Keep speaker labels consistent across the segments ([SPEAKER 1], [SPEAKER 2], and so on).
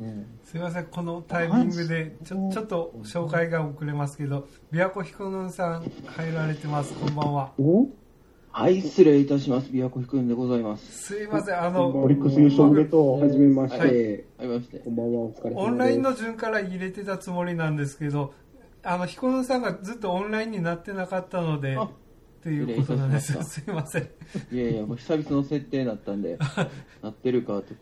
[SPEAKER 1] うん
[SPEAKER 2] すいませんこのタイミングでちょちょっと紹介が遅れますけど琵琶湖彦野さん入られてますこんばんは
[SPEAKER 3] お
[SPEAKER 1] はい、失礼いたします。琵琶湖ひくんでございます。
[SPEAKER 2] すいません
[SPEAKER 3] こ
[SPEAKER 2] あ
[SPEAKER 3] んばん
[SPEAKER 2] の
[SPEAKER 3] は
[SPEAKER 4] オリックス優勝おめでとう。
[SPEAKER 3] はじめまして、
[SPEAKER 2] は
[SPEAKER 1] ありまして。
[SPEAKER 3] こんばんは、お疲れ様です。
[SPEAKER 2] オンラインの順から入れてたつもりなんですけどあの彦野さんがずっとオンラインになってなかったので
[SPEAKER 1] あ
[SPEAKER 2] っていうことなんですよす
[SPEAKER 1] 失
[SPEAKER 2] いません
[SPEAKER 1] いやいや、もう久々の設定だったんで、なってるかって。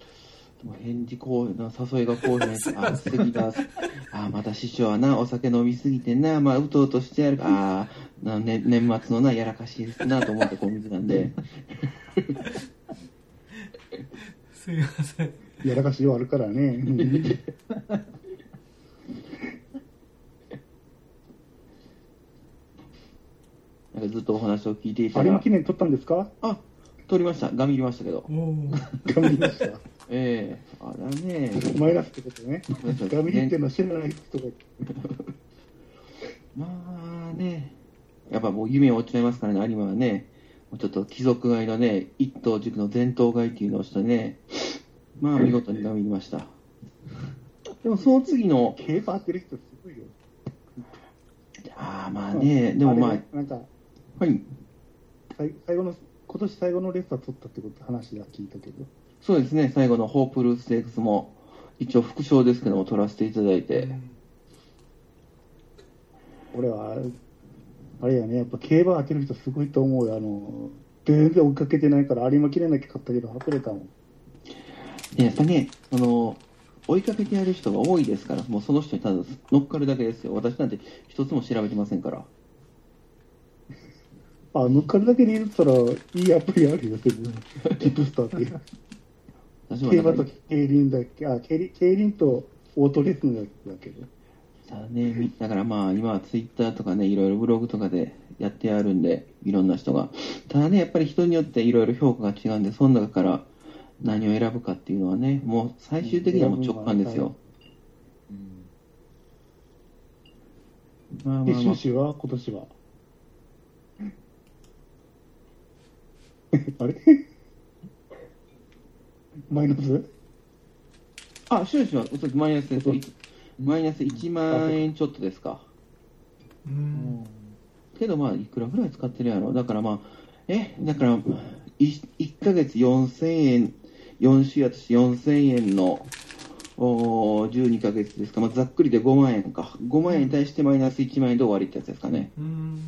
[SPEAKER 1] でも返事こうな、誘いがこう ね、あ、すぎだ。あ、また師匠はな、お酒飲みすぎてな、まあ、うとうとしてやるあーな、ね、年末のな、やらかしいですな、と思った小水なんで。
[SPEAKER 2] すいません
[SPEAKER 4] やらかしはあるからね。 うん
[SPEAKER 1] なんかずっとお話を聞いていた
[SPEAKER 4] あれも
[SPEAKER 1] ら
[SPEAKER 4] 記、念取ったんですか
[SPEAKER 1] あ、撮りました。ガミ入れましたけど。
[SPEAKER 2] おお
[SPEAKER 4] ガミました。
[SPEAKER 1] ええあらね
[SPEAKER 4] マイナスってことね。
[SPEAKER 1] そう
[SPEAKER 4] ガミっていうのは知らない人が。
[SPEAKER 1] まあね、やっぱもう夢を追っちゃいますからね、有馬はね、もうちょっと貴族街のね、一等塾の前頭街っていうのをしてね、まあ見事に頑張りました。でもその次の、
[SPEAKER 4] 競馬当てる人すごいよ。
[SPEAKER 1] ああまあね、でもまあ、
[SPEAKER 4] れなんか、
[SPEAKER 1] はい、
[SPEAKER 4] さい最後の、今年最後のレースは取ったってこと、話は聞いたけど。
[SPEAKER 1] そうですね、最後のホープルーステークスも、一応副賞ですけども、取らせていただいて、
[SPEAKER 4] 俺は、あれやね、やっぱ競馬当てる人すごいと思うよ。あの、全然追いかけてないから、有馬記念だけ買ったけど、外れたもん。
[SPEAKER 1] でやっぱね、あの、追いかけてやる人が多いですから、もうその人にただ乗っかるだけですよ。私なんて一つも調べてませんから。
[SPEAKER 4] あ、乗っかるだけで入れたら、いいアプリあるよ、全部。キップスターっていう。
[SPEAKER 1] 私も
[SPEAKER 4] 競
[SPEAKER 1] なんか
[SPEAKER 4] 馬と競輪だっけあ競輪競輪とオートレースのやつだけど
[SPEAKER 1] だね、みだからまあ今はツイッターとかね、いろいろブログとかでやってあるんで、いろんな人が。ただね、やっぱり人によっていろいろ評価が違うんで、その中から何を選ぶかっていうのはね、もう最終的にはもう直感ですよ。まあ
[SPEAKER 4] で
[SPEAKER 1] まあま
[SPEAKER 4] 収
[SPEAKER 1] あ、
[SPEAKER 4] 支は今年は あれマイナス
[SPEAKER 1] あ、収支はおそらくマイナスです。いマイナス1万円ちょっとですか。
[SPEAKER 2] うん
[SPEAKER 1] けどまあ、いくらぐらい使ってるやろ。だからまあ、え、だから、い1ヶ月4000円、4週やとして4000円の、おー12ヶ月ですか、まあ、ざっくりで5万円か。5万円に対してマイナス1万円で終わりってやつですかね。
[SPEAKER 2] うん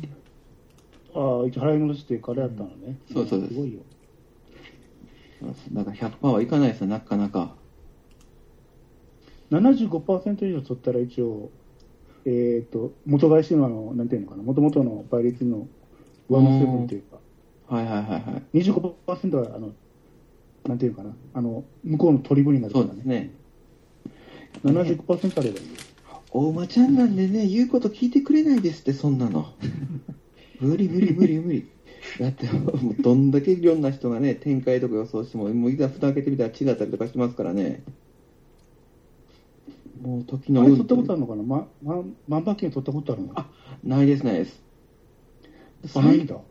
[SPEAKER 4] ああ一応払い戻してからやったのね、
[SPEAKER 1] うんそうそうです
[SPEAKER 4] すごいよ
[SPEAKER 1] だから100%はいかないですよ、なかなか。
[SPEAKER 4] 75%以上取ったら一応えっ、と元返しのあのなんていうのかな元々の倍率の上乗せ分というか
[SPEAKER 1] はいはいはいはい。
[SPEAKER 4] 25%はあのなんていうのかなあの向こうの取り分になるか
[SPEAKER 1] そ
[SPEAKER 4] ら
[SPEAKER 1] うですね。
[SPEAKER 4] ね75%あればいいよ
[SPEAKER 1] お馬ちゃんなんでね、言うこと聞いてくれないですって、そんな の。無理無理無理無理。だって、もうどんだけいろんな人がね、展開とか予想しても、もういざ蓋開けてみたら違ったりとかしますからね。もう時の
[SPEAKER 4] あれ
[SPEAKER 1] 運
[SPEAKER 4] 取ったことあるのかな、ま、ま、万馬券取ったことあるの
[SPEAKER 1] あないですないです。
[SPEAKER 4] あ、ないんだ。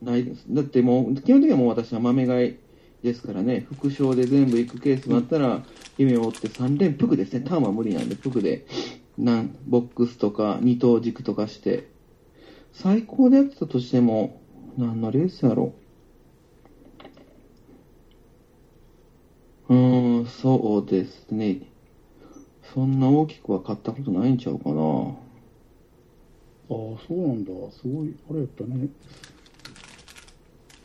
[SPEAKER 1] ないです。だってもう、基本的にはもう私は豆買いですからね、副賞で全部行くケースもあったら、夢を追って3連服ですね、ターンは無理なんで、服で、なんボックスとか、二等軸とかして、最高でやってたとしても、何のレースやろう。うーん、そうですね。そんな大きくは買ったことないんちゃうか
[SPEAKER 4] ああ、
[SPEAKER 1] な。
[SPEAKER 4] そうなんだ。すごい、あれやったね。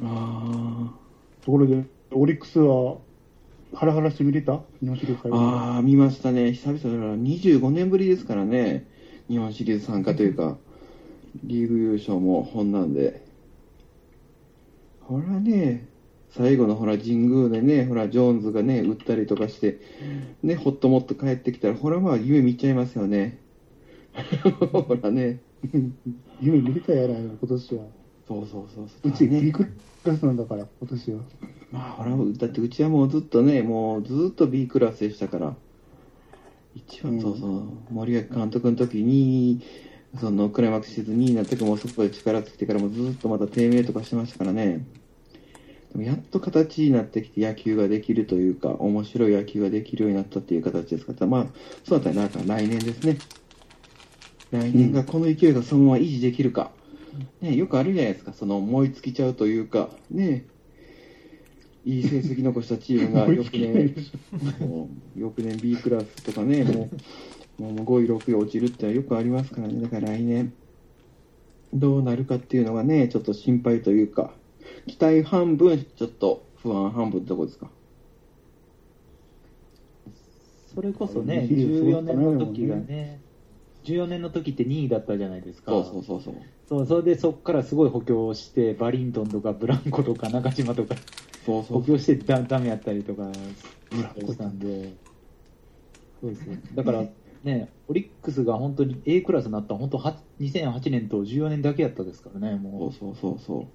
[SPEAKER 1] ああ。
[SPEAKER 4] ところで、オリックスは、ハラハラして見れた日本シリーズ最後の
[SPEAKER 1] ああ、見ましたね。久々だな。25年ぶりですからね。日本シリーズ参加というか、リーグ優勝も本なんで。ほらね、最後のほら神宮でね、ほらジョーンズがね、打ったりとかして、ね、ほっともっと帰ってきたら、ほらまあ夢見ちゃいますよね。 ほらね。
[SPEAKER 4] 夢見れたやないの、今年は。
[SPEAKER 1] そうそうそうそう。
[SPEAKER 4] うち、
[SPEAKER 1] ね
[SPEAKER 4] ビッグクラスなんだから、今年は。
[SPEAKER 1] まあ、ほら、だってうちはもうずっとね、もうずっと B クラスでしたから、一番、
[SPEAKER 4] うん
[SPEAKER 1] そうそう、森脇監督の時に、そのクライマックスシーズン2位になった時もそこで力尽きてからもずっとまた低迷とかしてましたからね、でもやっと形になってきて野球ができるというか、面白い野球ができるようになったっていう形ですから、まあ、そうだったらなんか来年ですね。来年がこの勢いがそのまま維持できるか。ね、よくあるじゃないですか、その燃え尽きちゃうというか、ね、いい成績残したチームが
[SPEAKER 4] 燃え尽
[SPEAKER 1] 翌
[SPEAKER 4] きない
[SPEAKER 1] 年、もう翌年 B クラスとかね、もうもう5位、6位落ちるってのはよくありますからね、だから来年、どうなるかっていうのがね、ちょっと心配というか、期待半分、ちょっと不安半分ってとこですか。
[SPEAKER 3] それこそね、
[SPEAKER 4] いい
[SPEAKER 3] 14
[SPEAKER 4] よ
[SPEAKER 3] 年の時がね、14年の時って2位だったじゃないですか。
[SPEAKER 1] そうそうそうそう。
[SPEAKER 3] そうそれでそこからすごい補強して、バリントンとかブランコとか中島とか
[SPEAKER 1] そ
[SPEAKER 3] 補
[SPEAKER 1] うそうそう
[SPEAKER 3] 強してダダメやったりとか
[SPEAKER 1] ブランコ
[SPEAKER 3] したんで、そうですね。だからね、オリックスが本当に A クラスになったの本当は2008年と14年だけやったですからね、
[SPEAKER 1] そ
[SPEAKER 3] も
[SPEAKER 1] うそうそうそう。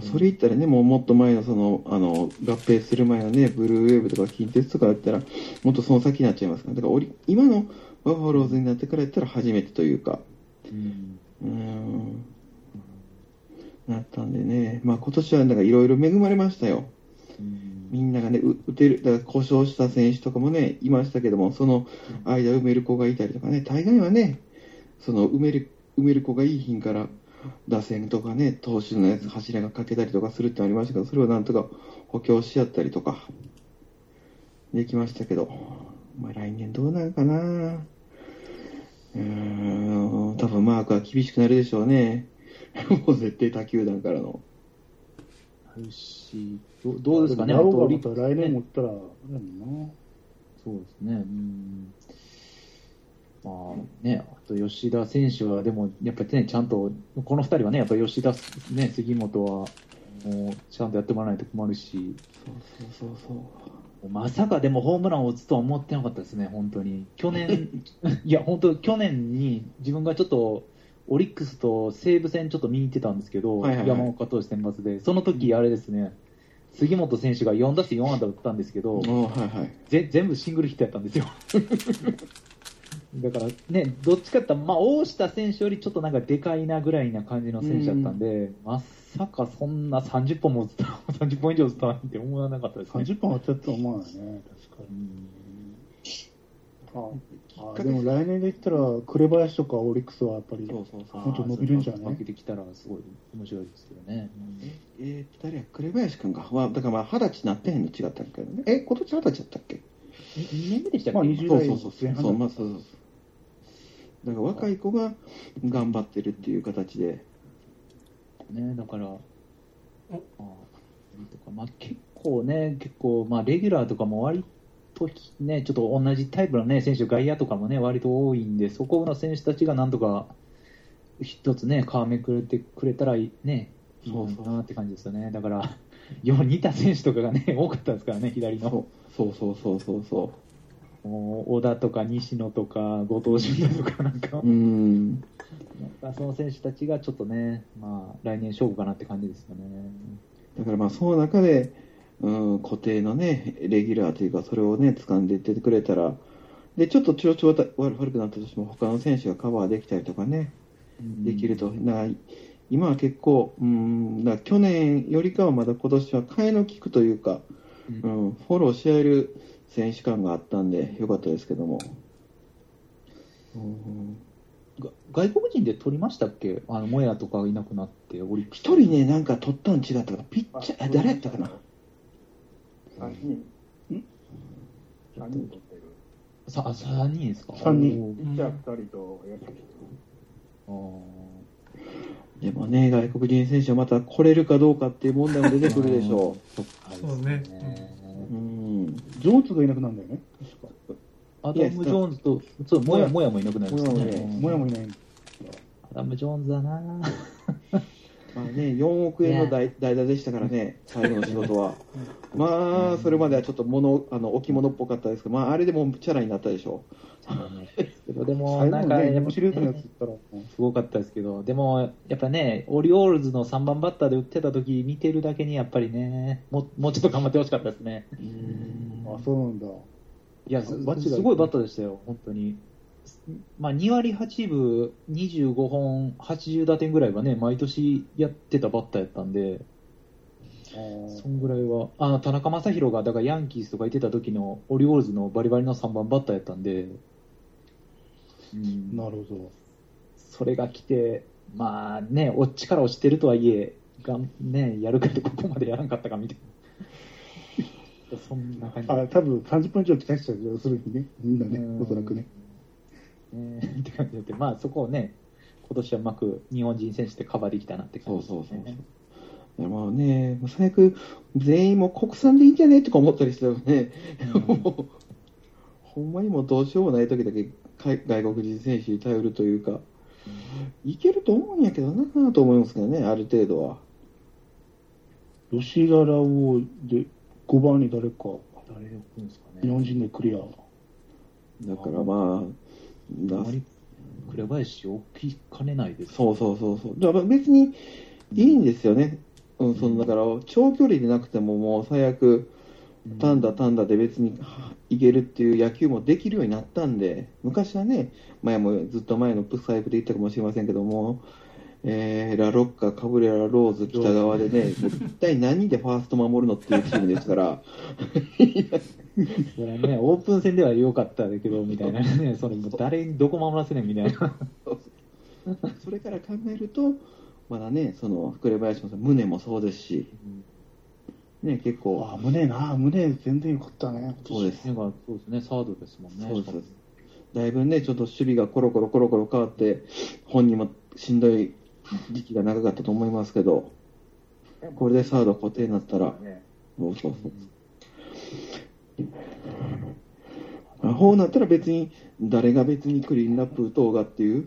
[SPEAKER 1] それ言ったらね、もうもっと前のその、あの、合併する前のね、ブルーウェーブとか近鉄とかだったら、もっとその先になっちゃいますから、だからオリ今のバファローズになってからやったら初めてというか、
[SPEAKER 3] う。うん
[SPEAKER 1] うーん、なったんでね、まあ今年はなんかいろいろ恵まれましたよ。
[SPEAKER 3] うん
[SPEAKER 1] みんながね、う打てる、だから故障した選手とかもね、いましたけども、その間埋める子がいたりとかね、大概はね、その埋める、埋める子がいい品から、打線とかね、投手のやつ、柱がかけたりとかするってありましたけど、それをなんとか補強し合ったりとか、できましたけど、まあ来年どうなるかなうーん、多分マークは厳しくなるでしょうね。 もう絶対他球団からの。
[SPEAKER 3] あるしどどうですかね、
[SPEAKER 4] ラ
[SPEAKER 3] 本
[SPEAKER 4] オ
[SPEAKER 3] 当オ
[SPEAKER 4] が
[SPEAKER 3] リッ
[SPEAKER 4] ま
[SPEAKER 3] ク
[SPEAKER 4] た
[SPEAKER 3] ス
[SPEAKER 4] 来年持ったら、やもんな。
[SPEAKER 3] そうですね。うん。まあね、あと吉田選手は、でもやっぱりね、ちゃんと、この二人はね、やっぱ吉田、ね、杉本は、もうちゃんとやってもらわないと困るし、
[SPEAKER 1] そうそうそうそう。
[SPEAKER 3] まさかでもホームランを打つとは思ってなかったですね、本当に。去 年、いや、本当、去年に自分がちょっと、オリックスと西武戦ちょっと見に行ってたんですけど、
[SPEAKER 1] はいはいはい
[SPEAKER 3] 山岡投手選抜で、その時あれですね、杉本選手が4打数4安打打ったんですけど、
[SPEAKER 1] おはいはい。
[SPEAKER 3] ぜ全部シングルヒットやったん ですよ。だからね、どっちかって言ったら、まあ、大下選手よりちょっとなんかでかいなぐらいな感じの選手だったんで、まさかそんな30本も打つた、30本以上打つたなんて思わなかったですね。
[SPEAKER 4] 30本当たったと思わないね、確かに。ああでも来年で言ったら、紅林とかオリックスはやっぱり、
[SPEAKER 1] そうそうそう。
[SPEAKER 4] もっと伸びるんじゃない
[SPEAKER 3] 負けてきたらすごい面白いですけどね。
[SPEAKER 1] えー、誰や、紅林君か。まあ、だからまあ、二十歳なってへんの違ったんだけどね。え、今年二十歳だったっけ
[SPEAKER 3] 2年目でしたっけ、
[SPEAKER 4] まあ
[SPEAKER 3] 今
[SPEAKER 4] 20
[SPEAKER 1] そう
[SPEAKER 4] 代
[SPEAKER 1] そうそう。
[SPEAKER 4] 前半だった
[SPEAKER 1] そう、まあ、そうそうそう。だから若い子が頑張ってるっていう形で。
[SPEAKER 3] ね、だから、ああとかまあ、結構ね、結構、まあ、レギュラーとかも割と、ね、ちょっと同じタイプの、ね、選手、外野とかもね、割と多いんで、そこの選手たちがなんとか、一つね、皮めくれてくれたらいいね、いい
[SPEAKER 1] そうそう
[SPEAKER 3] のかなって感じですよね。だから、よう似た選手とかがね、多かったですからね、左
[SPEAKER 1] そ
[SPEAKER 3] の。
[SPEAKER 1] うそうそうそうそうそ
[SPEAKER 3] もう小田とか西野とか、後藤俊太とかなんか、
[SPEAKER 1] う。うーん。
[SPEAKER 3] なんかその選手たちがちょっとね、まあ、来年勝負かなって感じですよね。
[SPEAKER 1] だからまあ、その中で、うん、固定のね、レギュラーというか、それをね、掴んでいってくれたら、で、ちょっと調子わた悪悪くなったとしても、他の選手がカバーできたりとかね。できると、な今は結構、うん、だから去年よりかはまだ今年は替えの利くというか、う
[SPEAKER 3] うん
[SPEAKER 1] フォローし合える選手感があったんで、良かったですけども。うん
[SPEAKER 3] が外国人で取りましたっけあの、モヤとかいなくなって、オリックス。
[SPEAKER 1] 一人ね、なんか取ったん違ったから、ピッチャー、
[SPEAKER 4] あ
[SPEAKER 1] え誰やったかな、
[SPEAKER 5] 三人。
[SPEAKER 4] ん
[SPEAKER 5] 三人取ってる。
[SPEAKER 3] さあ、3人ですか
[SPEAKER 4] 三人
[SPEAKER 5] ピッチャー二人と、野手一
[SPEAKER 3] あー
[SPEAKER 1] でもね、外国人選手はまた来れるかどうかっていう問題も出てくるでしょ
[SPEAKER 3] そっか
[SPEAKER 2] そうね
[SPEAKER 3] ですね
[SPEAKER 1] う。うん、
[SPEAKER 4] ジョーンズがいなくなるんだよね、確
[SPEAKER 3] アダム・ジョーンズと、そう、モヤモヤもいなくなりました
[SPEAKER 1] モヤ
[SPEAKER 3] ね
[SPEAKER 1] も。
[SPEAKER 3] う
[SPEAKER 4] か。
[SPEAKER 3] ん
[SPEAKER 4] もやもやいない。
[SPEAKER 3] アダム・ジョーンズだな
[SPEAKER 1] まあね、4億円の代代打でしたからね、最後の仕事は。まあ、それまではちょっと物あの置物っぽかったですけど、まあ、あれでもうチャラになったでしょ。
[SPEAKER 3] けどでも、
[SPEAKER 4] 最後
[SPEAKER 3] なんか、
[SPEAKER 4] のね、
[SPEAKER 3] やっぱ
[SPEAKER 4] 面白いやつ言ったら、
[SPEAKER 3] すごかったですけど、でも、やっぱね、オリオールズの3番バッターで打ってた時見てるだけに、やっぱりね、もうもうちょっと頑張ってほしかったですね。
[SPEAKER 4] あ、そうなんだ。
[SPEAKER 3] いや、
[SPEAKER 4] あ
[SPEAKER 3] す
[SPEAKER 4] バッチが
[SPEAKER 3] すごいバッターでしたよ、本当に。まあ、2割8分、25本、80打点ぐらいはね、毎年やってたバッターやったんで、そんぐらいは、あの田中将大がだからヤンキースとか行ってた時のオリオールズのバリバリの3番バッターやったんで、うん
[SPEAKER 4] なるほ
[SPEAKER 3] それが来て、まあね、落ちから落ちてるとはいえ、がんね、やるかってここまでやらんかったかみたい な、そんな感じ
[SPEAKER 4] ど。あ、多分30分以上期待してたよ、するにね。みんなね、おそらくね。
[SPEAKER 3] うん。ねって感じで、まあそこをね、今年はうまく日本人選手でカバーできたなって
[SPEAKER 1] そ
[SPEAKER 3] 感
[SPEAKER 1] う
[SPEAKER 3] じです
[SPEAKER 1] そ
[SPEAKER 3] ね。
[SPEAKER 1] うそうそう。いやまあね、もう最悪、全員もう国産でいいんじゃねとか思ったりしたよね。
[SPEAKER 3] うん
[SPEAKER 1] もうほんまにもうどうしようもない時だけ海外国人選手に頼るというか、いけると思うんやけどなと思いますけどね、ある程度は。
[SPEAKER 4] 吉田ラオウで5番に誰か、
[SPEAKER 3] 誰を置くんですかね。
[SPEAKER 4] 日本人でクリア。
[SPEAKER 1] だからまあ、
[SPEAKER 3] あ
[SPEAKER 1] だ
[SPEAKER 3] まり紅林を置きかねないです。
[SPEAKER 1] そうそうそうそう。だから別にいいんですよね。うん、そのだから長距離でなくてももう最悪、
[SPEAKER 3] うん
[SPEAKER 1] 単打単打で別にはいけるっていう野球もできるようになったんで、昔はね、前もずっと前のプサイプで言ったかもしれませんけども、えーラロッカ、カブレラ、ローズ、北側でね、もう一体何人でファースト守るのっていうチームですから、
[SPEAKER 3] それはね、オープン戦では良かっただけど、みたいなね、それもう誰にどこ守らせねえみたいな。
[SPEAKER 1] それから考えると、まだね、その紅林もそう宗もそうですし、ね、結構、
[SPEAKER 4] あ、胸な、胸全然良かったね。
[SPEAKER 1] そうです。
[SPEAKER 3] なんかそうですね、サードですもんね。
[SPEAKER 1] そうです。だいぶね、ちょっと守備がコロコロコロコロ変わって、本人もしんどい時期が長かったと思いますけど、これでサード固定になったら、
[SPEAKER 5] ね
[SPEAKER 1] そうそうそう。あこうなったら別に、誰が別にクリーンナップ打とうがっていう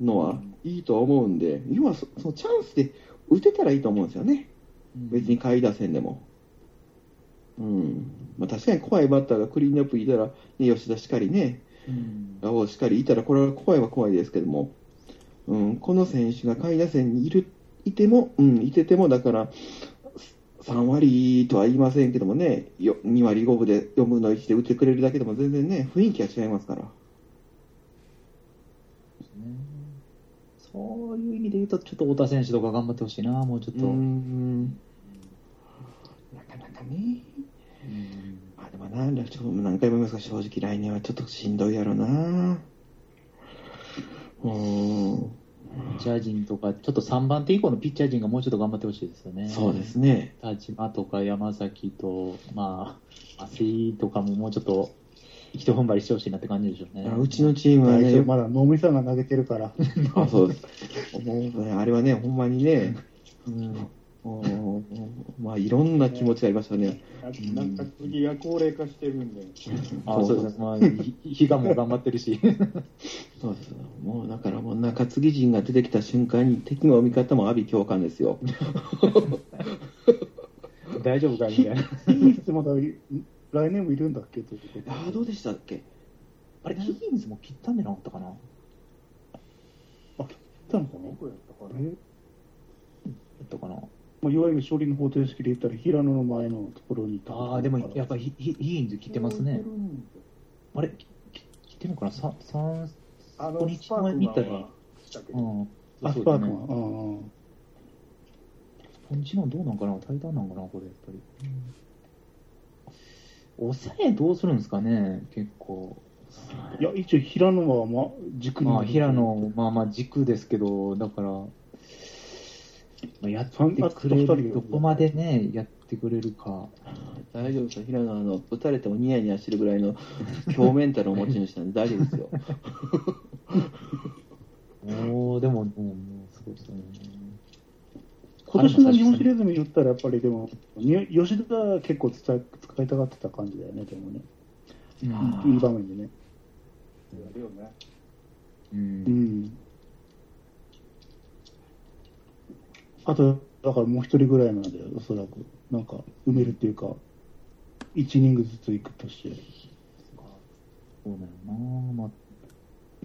[SPEAKER 1] のはいいとは思うんで、要はそそのチャンスで打てたらいいと思うんですよね、別に下位打線でも。うんまあ、確かに怖いバッターがクリーンナップいたら、ね、吉田しかりね、
[SPEAKER 3] うん。
[SPEAKER 1] ラオウしっかりいたら、これは怖いは怖いですけども、うん、この選手が下位打線にいるいても、うん、いてても、だから、3割とは言いませんけどもね、よ2割5分で4分の1で打ってくれるだけでも全然ね、雰囲気が違いますから。
[SPEAKER 3] そういう意味で言うと、ちょっと太田選手とか頑張ってほしいな、もうちょっ
[SPEAKER 1] う
[SPEAKER 3] と。
[SPEAKER 1] ん。なかなかね。あでもな、ちょっと何回も言いますが、正直来年はちょっとしんどいやろな。うん。
[SPEAKER 3] ピッチャー陣とか、ちょっと3番手以降のピッチャー陣がもうちょっと頑張ってほしいですよね。
[SPEAKER 1] そうですね。
[SPEAKER 3] 田島とか山崎と、まあ、松井とかももうちょっと、一踏ん張りしてほしいなって感じでしょうね。
[SPEAKER 1] うちのチームは
[SPEAKER 4] 大丈夫
[SPEAKER 1] ね、
[SPEAKER 4] まだ能見さんが投げてるから。
[SPEAKER 1] あ、そうです。もうねあれはね、ほんまにね、うん、もうまあ、いろんな気持ちがありましたね。
[SPEAKER 5] あなんか次が高齢化してるんで、
[SPEAKER 3] あそうですね。 まあ、比嘉も頑張ってる し。
[SPEAKER 1] そうです。もう、だからもう中継ぎ陣が出てきた瞬間に、敵も味方も阿炎共感ですよ。
[SPEAKER 3] 大丈夫かみたいな。
[SPEAKER 4] ヒースまだ来年もいるんだっけということ
[SPEAKER 1] ああ、どうでしたっけ
[SPEAKER 3] あれ、ヒギンズも切ったんじゃなかったかなだ
[SPEAKER 4] たのかな
[SPEAKER 5] どこやったかな
[SPEAKER 4] え
[SPEAKER 3] ったかな
[SPEAKER 4] まあ、いわゆる勝利の方程式で言ったら平野の前のところにいた
[SPEAKER 3] ああ、でもやっぱヒヒヒギンズ切ってますね。あれ、きき切ってるのかなさ三
[SPEAKER 5] あ
[SPEAKER 3] こん
[SPEAKER 5] の
[SPEAKER 3] に
[SPEAKER 5] ス
[SPEAKER 3] ち
[SPEAKER 5] パ
[SPEAKER 3] は
[SPEAKER 5] ーク
[SPEAKER 3] 見
[SPEAKER 5] マ
[SPEAKER 3] た
[SPEAKER 5] ン
[SPEAKER 3] ら
[SPEAKER 5] は来たけ
[SPEAKER 3] う
[SPEAKER 5] ど、
[SPEAKER 3] ん。
[SPEAKER 4] あスパークマン、うんうん
[SPEAKER 3] ポンチのどうなんかな対談なんかなこれ、やっぱり。抑えどうするんですかね結構。
[SPEAKER 4] いや一応平野は、まあ、軸に
[SPEAKER 3] まあ、平野、まあまあ軸ですけど、だから、まあ、やってくれ
[SPEAKER 4] 三あと二人
[SPEAKER 3] る、どこまでね、やってくれるか。
[SPEAKER 1] 大丈夫ですよ。平野、あの、打たれてもニヤニヤしてるぐらいの強メンタルを持ち主なんで大丈夫 ですよ。
[SPEAKER 3] おおでも、うん、うんそうですね。
[SPEAKER 4] 今年の日本シリーズに言ったらやっぱりでもに吉田は結構使い使いたがってた感じだよねでもね
[SPEAKER 3] うん
[SPEAKER 4] いい場面でね
[SPEAKER 5] やるよね。
[SPEAKER 3] う
[SPEAKER 4] うんんあとだからもう一人ぐらいなんだよおそらくなんか埋めるっていうか1イニングずついくとして
[SPEAKER 3] そうだよな、まあ、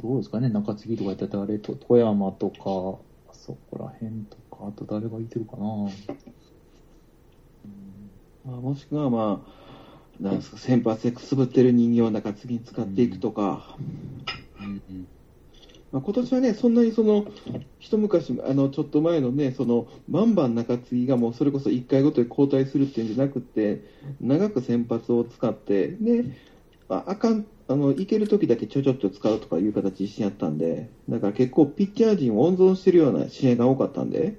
[SPEAKER 3] どうですかね、中継ぎとかやったら誰と、富山とか、そこら辺とか、あと誰がいてるかな。
[SPEAKER 1] まあ、もしくは、まあ、なんですか、先発でくすぶってる人形を中継ぎに使っていくとか、
[SPEAKER 3] うん
[SPEAKER 1] まあ、今年はね、そんなにその、一昔、あの、ちょっと前のね、その、バンバン中継ぎがもうそれこそ1回ごとに交代するっていうんじゃなくて、長く先発を使って、で、ああかん、あの、いける時だけちょちょっと使うとかいう形してやったんで、だから結構ピッチャー陣を温存してるような試合が多かったんで、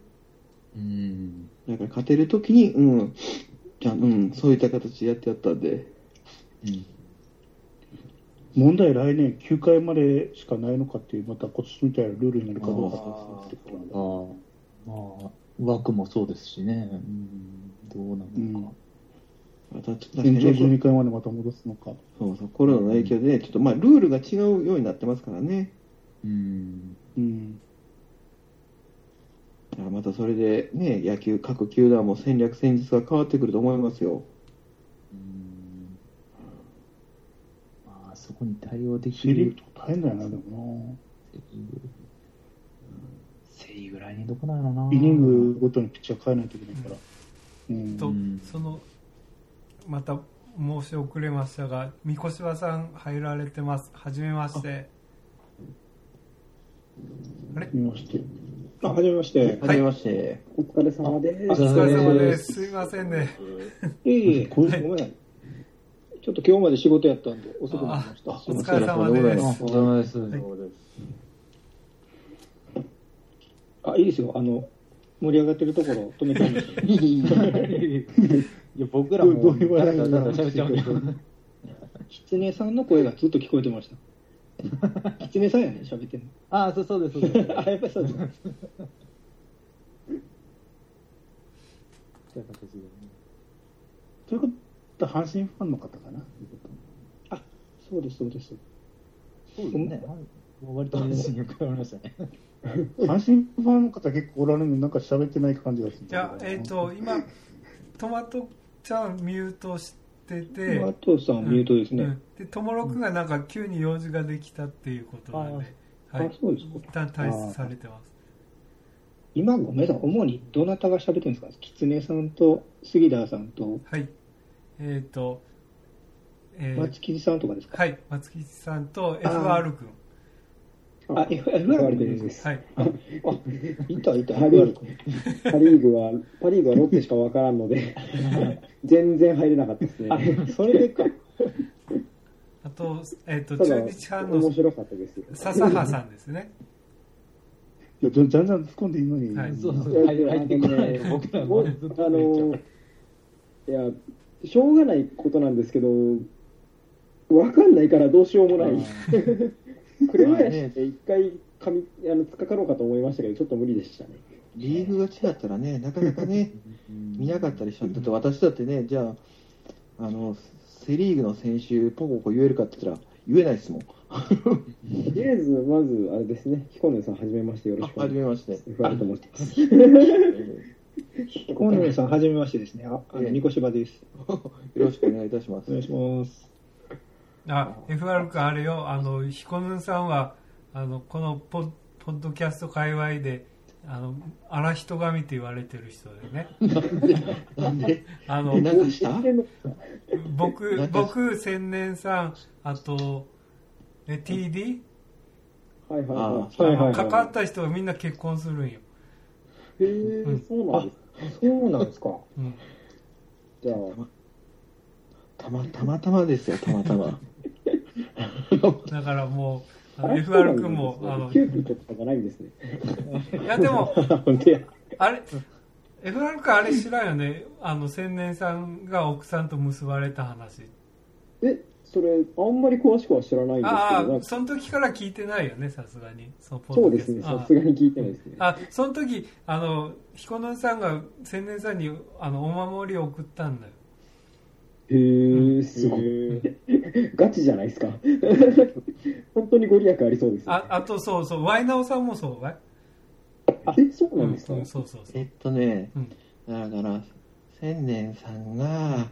[SPEAKER 3] うん。
[SPEAKER 1] だから勝てる時に、うん、じゃあうん、そういった形でやってやったんで、
[SPEAKER 3] うん。
[SPEAKER 4] 問題来年9回までしかないのかっていう、また今年みたいなルールになるかどうかってことなんだ
[SPEAKER 3] ああ、まあ、枠もそうですしね。うん。どうなのか。
[SPEAKER 1] また確か
[SPEAKER 4] 延長
[SPEAKER 1] にね
[SPEAKER 4] 12回までまた戻すのか。
[SPEAKER 1] そうそう、コロナの影響でね、ちょっとまあ、ルールが違うようになってますからね。
[SPEAKER 3] うん。
[SPEAKER 4] うん。
[SPEAKER 1] いやまたそれでね、野球、各球団も戦略戦術が変わってくると思いますよ。
[SPEAKER 3] うん。まあ、そこに対応でき
[SPEAKER 4] セリー
[SPEAKER 3] る
[SPEAKER 4] グ。とか大変だよな、でも
[SPEAKER 3] セリーぐらいにどこなのかな。
[SPEAKER 4] な。イニングごとにピッチャー変えないといけないから。うん。
[SPEAKER 2] と
[SPEAKER 3] うん
[SPEAKER 2] そのまた申し遅れましたが三越場さん入られてますはじめまして
[SPEAKER 4] 見まして。
[SPEAKER 5] あ、はじめまして。
[SPEAKER 1] はじめまして。
[SPEAKER 6] お疲れ様です。
[SPEAKER 5] あ
[SPEAKER 2] お疲れ様
[SPEAKER 3] で
[SPEAKER 2] ですすいませんね
[SPEAKER 6] いえいえ、
[SPEAKER 4] こ
[SPEAKER 6] ご
[SPEAKER 4] う
[SPEAKER 6] め
[SPEAKER 4] い
[SPEAKER 6] ん。ちょっと今日まで仕事やったんで、遅くなりました。
[SPEAKER 2] お疲れ様
[SPEAKER 1] お疲れ様で
[SPEAKER 2] で
[SPEAKER 1] ございます
[SPEAKER 3] お疲れ様です。
[SPEAKER 5] そうです。
[SPEAKER 6] あ、いいですよ。あの、盛り上がってるところ止めてみまし
[SPEAKER 3] いや、僕らも、
[SPEAKER 4] どういう話
[SPEAKER 3] だ
[SPEAKER 4] な
[SPEAKER 3] ら
[SPEAKER 4] の
[SPEAKER 3] だら喋っちゃうけど。
[SPEAKER 6] 狐さんの声がずっと聞こえてました。狐さんやね、喋ってん
[SPEAKER 3] ああ、そうそうです、そう です。
[SPEAKER 6] の。あ、やっぱりそうです。
[SPEAKER 3] という形でね
[SPEAKER 4] ということは、阪神ファンの方かな。
[SPEAKER 6] そうです、そうです。
[SPEAKER 3] そうですね。割と話に伺いましたね。
[SPEAKER 4] 阪神ファンの方結構おられるのになんか喋ってない感じがするん
[SPEAKER 2] じ
[SPEAKER 4] だけ
[SPEAKER 2] ゃあ
[SPEAKER 4] ど。
[SPEAKER 2] えっ、と今トマトちゃんミュートしてて
[SPEAKER 6] あとさん、ミュートです
[SPEAKER 2] う
[SPEAKER 6] ね。
[SPEAKER 2] んでともろくがなんか急に用事ができたっていうことなんで、
[SPEAKER 6] あ
[SPEAKER 2] はい、
[SPEAKER 6] そうですか
[SPEAKER 2] 一旦退出されてます
[SPEAKER 6] 今、ごめんなさい。主にどなたが喋ってるんですか狐さんと杉田さんと
[SPEAKER 2] はいえっ、と、えー
[SPEAKER 6] 松木さんとかですか
[SPEAKER 2] はい松木さんと FR 君
[SPEAKER 6] あ、FR です。
[SPEAKER 2] はい
[SPEAKER 6] いた、いた、FR 君。
[SPEAKER 7] パ・リーグは、パ・リーグはロッテしか分からん ので、全然入れなかったです
[SPEAKER 6] あ
[SPEAKER 7] ね。、
[SPEAKER 6] それでか。
[SPEAKER 2] あと,、えー、と
[SPEAKER 7] ただ、
[SPEAKER 2] 中日派の
[SPEAKER 7] 面白かったです。
[SPEAKER 2] 笹葉さんです ね。
[SPEAKER 4] いやじゃんじゃん突っ込んでいいのに。
[SPEAKER 2] はい
[SPEAKER 3] そうそう、
[SPEAKER 7] いや
[SPEAKER 3] 入入ってこないと僕ら
[SPEAKER 7] も
[SPEAKER 3] も
[SPEAKER 7] う
[SPEAKER 3] ずっと
[SPEAKER 7] あの、いや、しょうがないことなんですけど、分かんないからどうしようもない。車やして 一回紙、あの、突っかかろうかと思いましたけど、ちょっと無理でしたね。
[SPEAKER 1] リーグが違ったらね、なかなかね、見なかったりしちゃって、私だってね、じゃあ、あの、セ・リーグの選手、ポコポコ言えるかって言ったら、言えないですもん。
[SPEAKER 7] とりあえず、まず、あれですね、彦根さん、はじめまして、よろ
[SPEAKER 1] あ
[SPEAKER 7] しく、お
[SPEAKER 1] は
[SPEAKER 7] 願
[SPEAKER 1] じ
[SPEAKER 7] いし
[SPEAKER 1] めまして。
[SPEAKER 7] ます。FR と申します。
[SPEAKER 6] 河野さん、はじめましてですね。あ、あ
[SPEAKER 1] え
[SPEAKER 6] の、
[SPEAKER 1] え
[SPEAKER 6] みこしばです。
[SPEAKER 1] よろしくお願いいたします
[SPEAKER 6] お。願いします。
[SPEAKER 2] あ、FR 君あれよ、あの、彦根さんは、あの、このポッポッドキャスト界隈で、あの、荒人神って言われてる人でね。
[SPEAKER 1] なんで、
[SPEAKER 2] あの
[SPEAKER 1] で、 なんかしたな
[SPEAKER 2] 僕
[SPEAKER 1] ん、か
[SPEAKER 2] 僕、千年さん、あと、え TD?
[SPEAKER 7] はいはい
[SPEAKER 1] あ
[SPEAKER 7] はい。はい
[SPEAKER 2] あ
[SPEAKER 7] はいは
[SPEAKER 2] の
[SPEAKER 7] い。
[SPEAKER 2] 関わった人はみんな結婚するんよ。
[SPEAKER 7] へえ、そうなんです。
[SPEAKER 6] そうなんですか。
[SPEAKER 2] うん。
[SPEAKER 7] じゃあ、
[SPEAKER 1] たま、たまたまですよ、たまたま。
[SPEAKER 2] だからもう、あの
[SPEAKER 7] あれ
[SPEAKER 2] FR 君も、
[SPEAKER 7] そう
[SPEAKER 2] あ
[SPEAKER 7] なん
[SPEAKER 2] の、
[SPEAKER 7] ですねキューピッドとかじゃないんで すね。
[SPEAKER 2] いやでも、
[SPEAKER 7] ほんとや。
[SPEAKER 2] あれ、FR 君あれ知らんよね。あの、千年さんが奥さんと結ばれた話。
[SPEAKER 7] え、それ、あんまり詳しくは知らないんですけど、
[SPEAKER 2] あ
[SPEAKER 7] なん
[SPEAKER 2] あ、
[SPEAKER 7] か
[SPEAKER 2] その時から聞いてないよね、さすがに。そのポ
[SPEAKER 7] そ
[SPEAKER 2] ッ
[SPEAKER 7] う
[SPEAKER 2] ド
[SPEAKER 7] で
[SPEAKER 2] キャ
[SPEAKER 7] す
[SPEAKER 2] ス
[SPEAKER 7] ね、
[SPEAKER 2] ト
[SPEAKER 7] さすがに聞いてないですね。
[SPEAKER 2] ああその時、あの、彦野さんが千年さんにあのお守りを送ったんだよ。
[SPEAKER 7] へー、すごい。ガチじゃないですか。 本当にご利益ありそうです、ね。
[SPEAKER 2] ああと、そうそう、ワイナオさんもそうわい。
[SPEAKER 7] あえ、そうなんですか、
[SPEAKER 2] うん、そうそうそう。
[SPEAKER 1] えっとね、
[SPEAKER 2] うん
[SPEAKER 1] だから、千年さんが、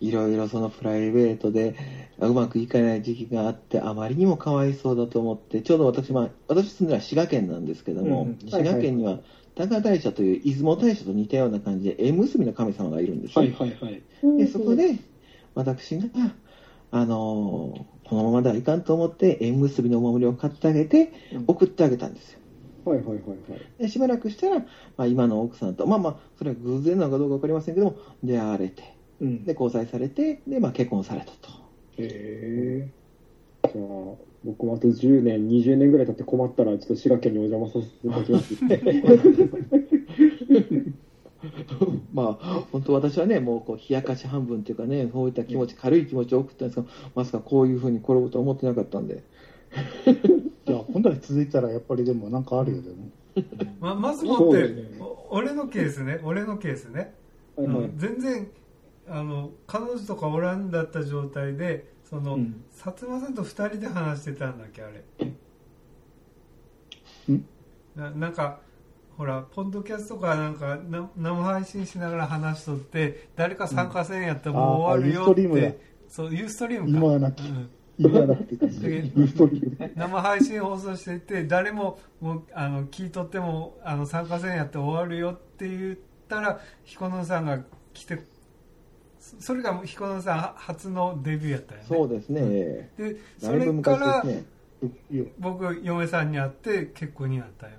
[SPEAKER 1] いろいろそのプライベートで、うまくいかない時期があって、あまりにもかわいそうだと思って、ちょうど私、まあ、私住んでるのは滋賀県なんですけども、
[SPEAKER 6] うんうん
[SPEAKER 1] 滋賀県には、高大社という出雲大社と似たような感じで、縁結びの神様がいるんですよ。
[SPEAKER 6] はいはいはい。
[SPEAKER 1] でそこで、私が、あのーこのままではいかんと思って縁結びのお守りを買ってあげて
[SPEAKER 7] うん
[SPEAKER 1] 送ってあげたんですよ
[SPEAKER 7] はいはいはいはい。
[SPEAKER 1] でしばらくしたら、まあ、今の奥さんとまあまあそれは偶然なのかどうか分かりませんけども出会われて
[SPEAKER 7] うん。
[SPEAKER 1] で交際されてで、まあ、結婚されたと
[SPEAKER 7] ええじゃあ、僕もあと10年、20年ぐらい経って困ったら、ちょっと滋賀県にお邪魔させていただきます。
[SPEAKER 1] まあ、本当私はね、もうこう、冷やかし半分というかね、そういった気持ち、軽い気持ちを送ったんですけど、まさかこういうふうに転ぶとは思ってなかったんで。
[SPEAKER 4] いや、こんなに続いたらやっぱりでもなんかあるよ、でも。
[SPEAKER 2] ままず
[SPEAKER 7] そ
[SPEAKER 2] もっ
[SPEAKER 7] う
[SPEAKER 2] て、
[SPEAKER 7] ですね
[SPEAKER 2] お俺のケースね俺のケースね、
[SPEAKER 7] はいはい
[SPEAKER 2] うん全然あの彼女とかおらんだった状態でその、
[SPEAKER 7] うん
[SPEAKER 2] 薩摩さんと2人で話してたんだっけあれ
[SPEAKER 4] ん
[SPEAKER 2] ななんかほらポッドキャストとかなんかな生配信しながら話しとって誰か参加せんやったらもう終わるよって、
[SPEAKER 4] うんあーユーストリームだ
[SPEAKER 2] そうユーストリームか
[SPEAKER 4] 今はなき
[SPEAKER 2] う、ん
[SPEAKER 4] 今なき、 言うとおりで
[SPEAKER 2] 生配信放送してて誰ももうあの聞いとってもあの参加せんやって終わるよって言ったら彦野さんが来てそそれが彦野さん初のデビューやったよね
[SPEAKER 1] そうですね。
[SPEAKER 2] でそ
[SPEAKER 1] だい
[SPEAKER 2] れ
[SPEAKER 1] ぶ
[SPEAKER 2] か
[SPEAKER 1] 昔
[SPEAKER 2] ら
[SPEAKER 1] ですね。
[SPEAKER 4] いいよ。
[SPEAKER 2] 僕嫁さんに会って結婚になったよ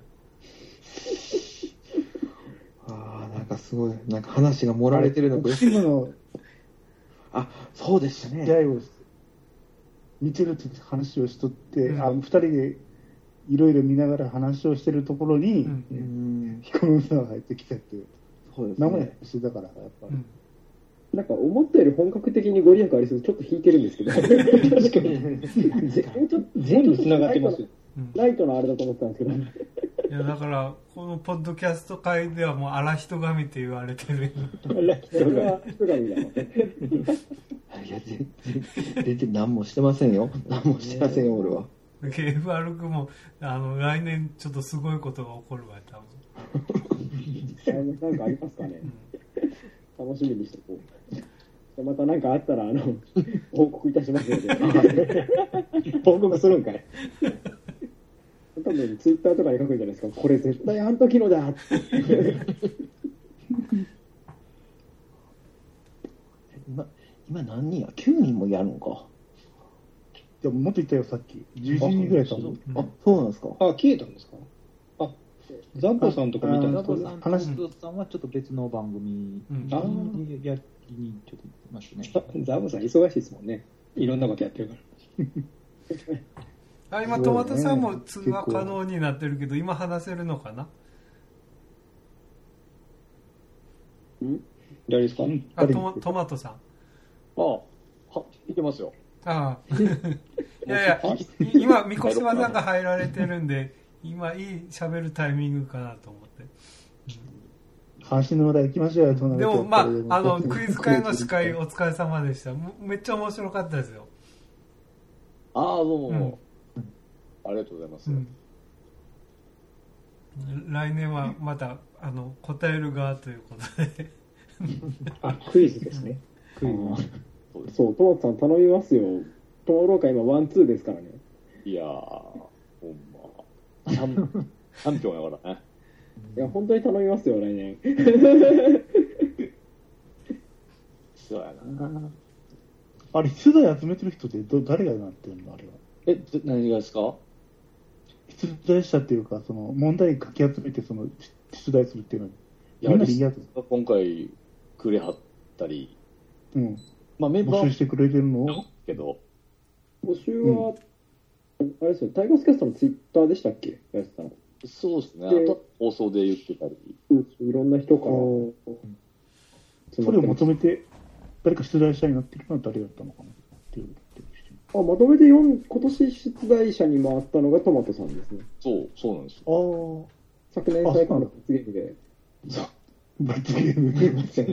[SPEAKER 1] ああ、なんかすごい、なんか話が盛られてるの
[SPEAKER 4] 奥
[SPEAKER 1] が、
[SPEAKER 4] 島の
[SPEAKER 1] あ、そうでした
[SPEAKER 4] 出
[SPEAKER 1] ね。
[SPEAKER 4] 会いを、みつると話をしとって、
[SPEAKER 2] うん
[SPEAKER 4] あの二人でいろいろ見ながら話をしてるところに、
[SPEAKER 2] うん
[SPEAKER 1] うん、
[SPEAKER 4] 彦野さんが入ってきたっていう。
[SPEAKER 1] そうです
[SPEAKER 4] 名前
[SPEAKER 1] ね。
[SPEAKER 4] してたから、やっぱ
[SPEAKER 2] うん
[SPEAKER 7] なんか思ったより本格的にご利益ありそうで、ちょっと引いてるんですけど。確かに。もうちょっと
[SPEAKER 8] 全部繋がってますよ。
[SPEAKER 2] うん
[SPEAKER 7] ライトのあれだと思ってたんですけ
[SPEAKER 2] い
[SPEAKER 7] ど。
[SPEAKER 2] やだからこのポッドキャスト界ではもう荒人神って言われてる
[SPEAKER 7] それは、人が見だわ。
[SPEAKER 1] いや、全然、全然何もしてませんよ。何もしてませんよ、俺は。
[SPEAKER 2] FR 君もあの来年ちょっとすごいことが起こるわ多分、
[SPEAKER 7] あのなんかありますかね
[SPEAKER 2] う。ん
[SPEAKER 7] 楽しみにしておこう。じゃあまたなんかあったら、あの、報告いたしますので。報告するんかい。多分ツイッターとかに書くんじゃないですか。これ絶対あの時のだって。
[SPEAKER 1] 今、今何人や ?9 人もやるのか。
[SPEAKER 4] でももっと言ったよ、さっき。11人ぐらいだもん。
[SPEAKER 1] あ、そうなんですか。
[SPEAKER 8] あ、消えたんですかあ、ザンポさんとか見た
[SPEAKER 4] あ
[SPEAKER 8] ら
[SPEAKER 4] あ、そう
[SPEAKER 3] さん
[SPEAKER 4] 話
[SPEAKER 2] し
[SPEAKER 3] とさんはちょっと別の番組
[SPEAKER 2] うん
[SPEAKER 8] あ
[SPEAKER 3] にやりにちょっと行ってましたね。
[SPEAKER 8] ザザンポさん忙しいですもんね。いろんなことやってるから。
[SPEAKER 2] あ今
[SPEAKER 4] す
[SPEAKER 2] ト
[SPEAKER 4] ごい
[SPEAKER 2] マ
[SPEAKER 4] ね
[SPEAKER 2] トさんも通話可能になってるけど今話せるのかな
[SPEAKER 8] 誰ですか
[SPEAKER 2] あ
[SPEAKER 4] 誰
[SPEAKER 2] トマトマトさん
[SPEAKER 9] ああ、はいけますよ。
[SPEAKER 2] ああいやいやい今三越島さんが入られてるんで今いい喋るタイミングかなと思って
[SPEAKER 4] 話の話題行きましょうよ、トーナメン
[SPEAKER 2] で
[SPEAKER 4] ト
[SPEAKER 2] もまああのクイズ会の司会お疲れ様でしたむめっちゃ面白かったですよ、
[SPEAKER 9] ああ、どうも、ありがとうございます。
[SPEAKER 2] うん、来年はまたあの答える側ということで
[SPEAKER 8] あ、クイズですね。
[SPEAKER 4] クイズ
[SPEAKER 7] そう、トマトさん頼みますよ。討論会今ワンツーですからね。
[SPEAKER 9] いやー、ほんま。チャンチャンピオンやからね。
[SPEAKER 7] いや、本当に頼みますよ、来年。
[SPEAKER 9] そうやな。
[SPEAKER 4] あれ、出題集めてる人ってど誰がなってるのあれは。
[SPEAKER 9] え、ず何がですか
[SPEAKER 4] 出題者っていうか、その問題書き集めて、その出題するっていうの
[SPEAKER 9] いや
[SPEAKER 4] みんなでいいやつ。
[SPEAKER 9] 今回くれはったり、
[SPEAKER 4] うん。
[SPEAKER 9] まあメンバ
[SPEAKER 4] 募
[SPEAKER 9] ー
[SPEAKER 4] 集
[SPEAKER 9] は
[SPEAKER 4] してくれてるのを、
[SPEAKER 9] けど、
[SPEAKER 7] 募集は、あれですよ、タイガースキャストのツイッターでしたっけやってたの。
[SPEAKER 9] そうですね、あ
[SPEAKER 7] で
[SPEAKER 9] と放送で言ってたり、
[SPEAKER 7] いろんな人から。
[SPEAKER 4] それを求めて、誰か出題者になってるのは誰だったのかなっていう。
[SPEAKER 7] あまとめて4、今年出題者に回ったのがトマトさんですね。
[SPEAKER 9] そう、そうなんですよ。
[SPEAKER 4] ああ、
[SPEAKER 7] 昨年最下の罰ゲームで。
[SPEAKER 4] 罰ゲーム。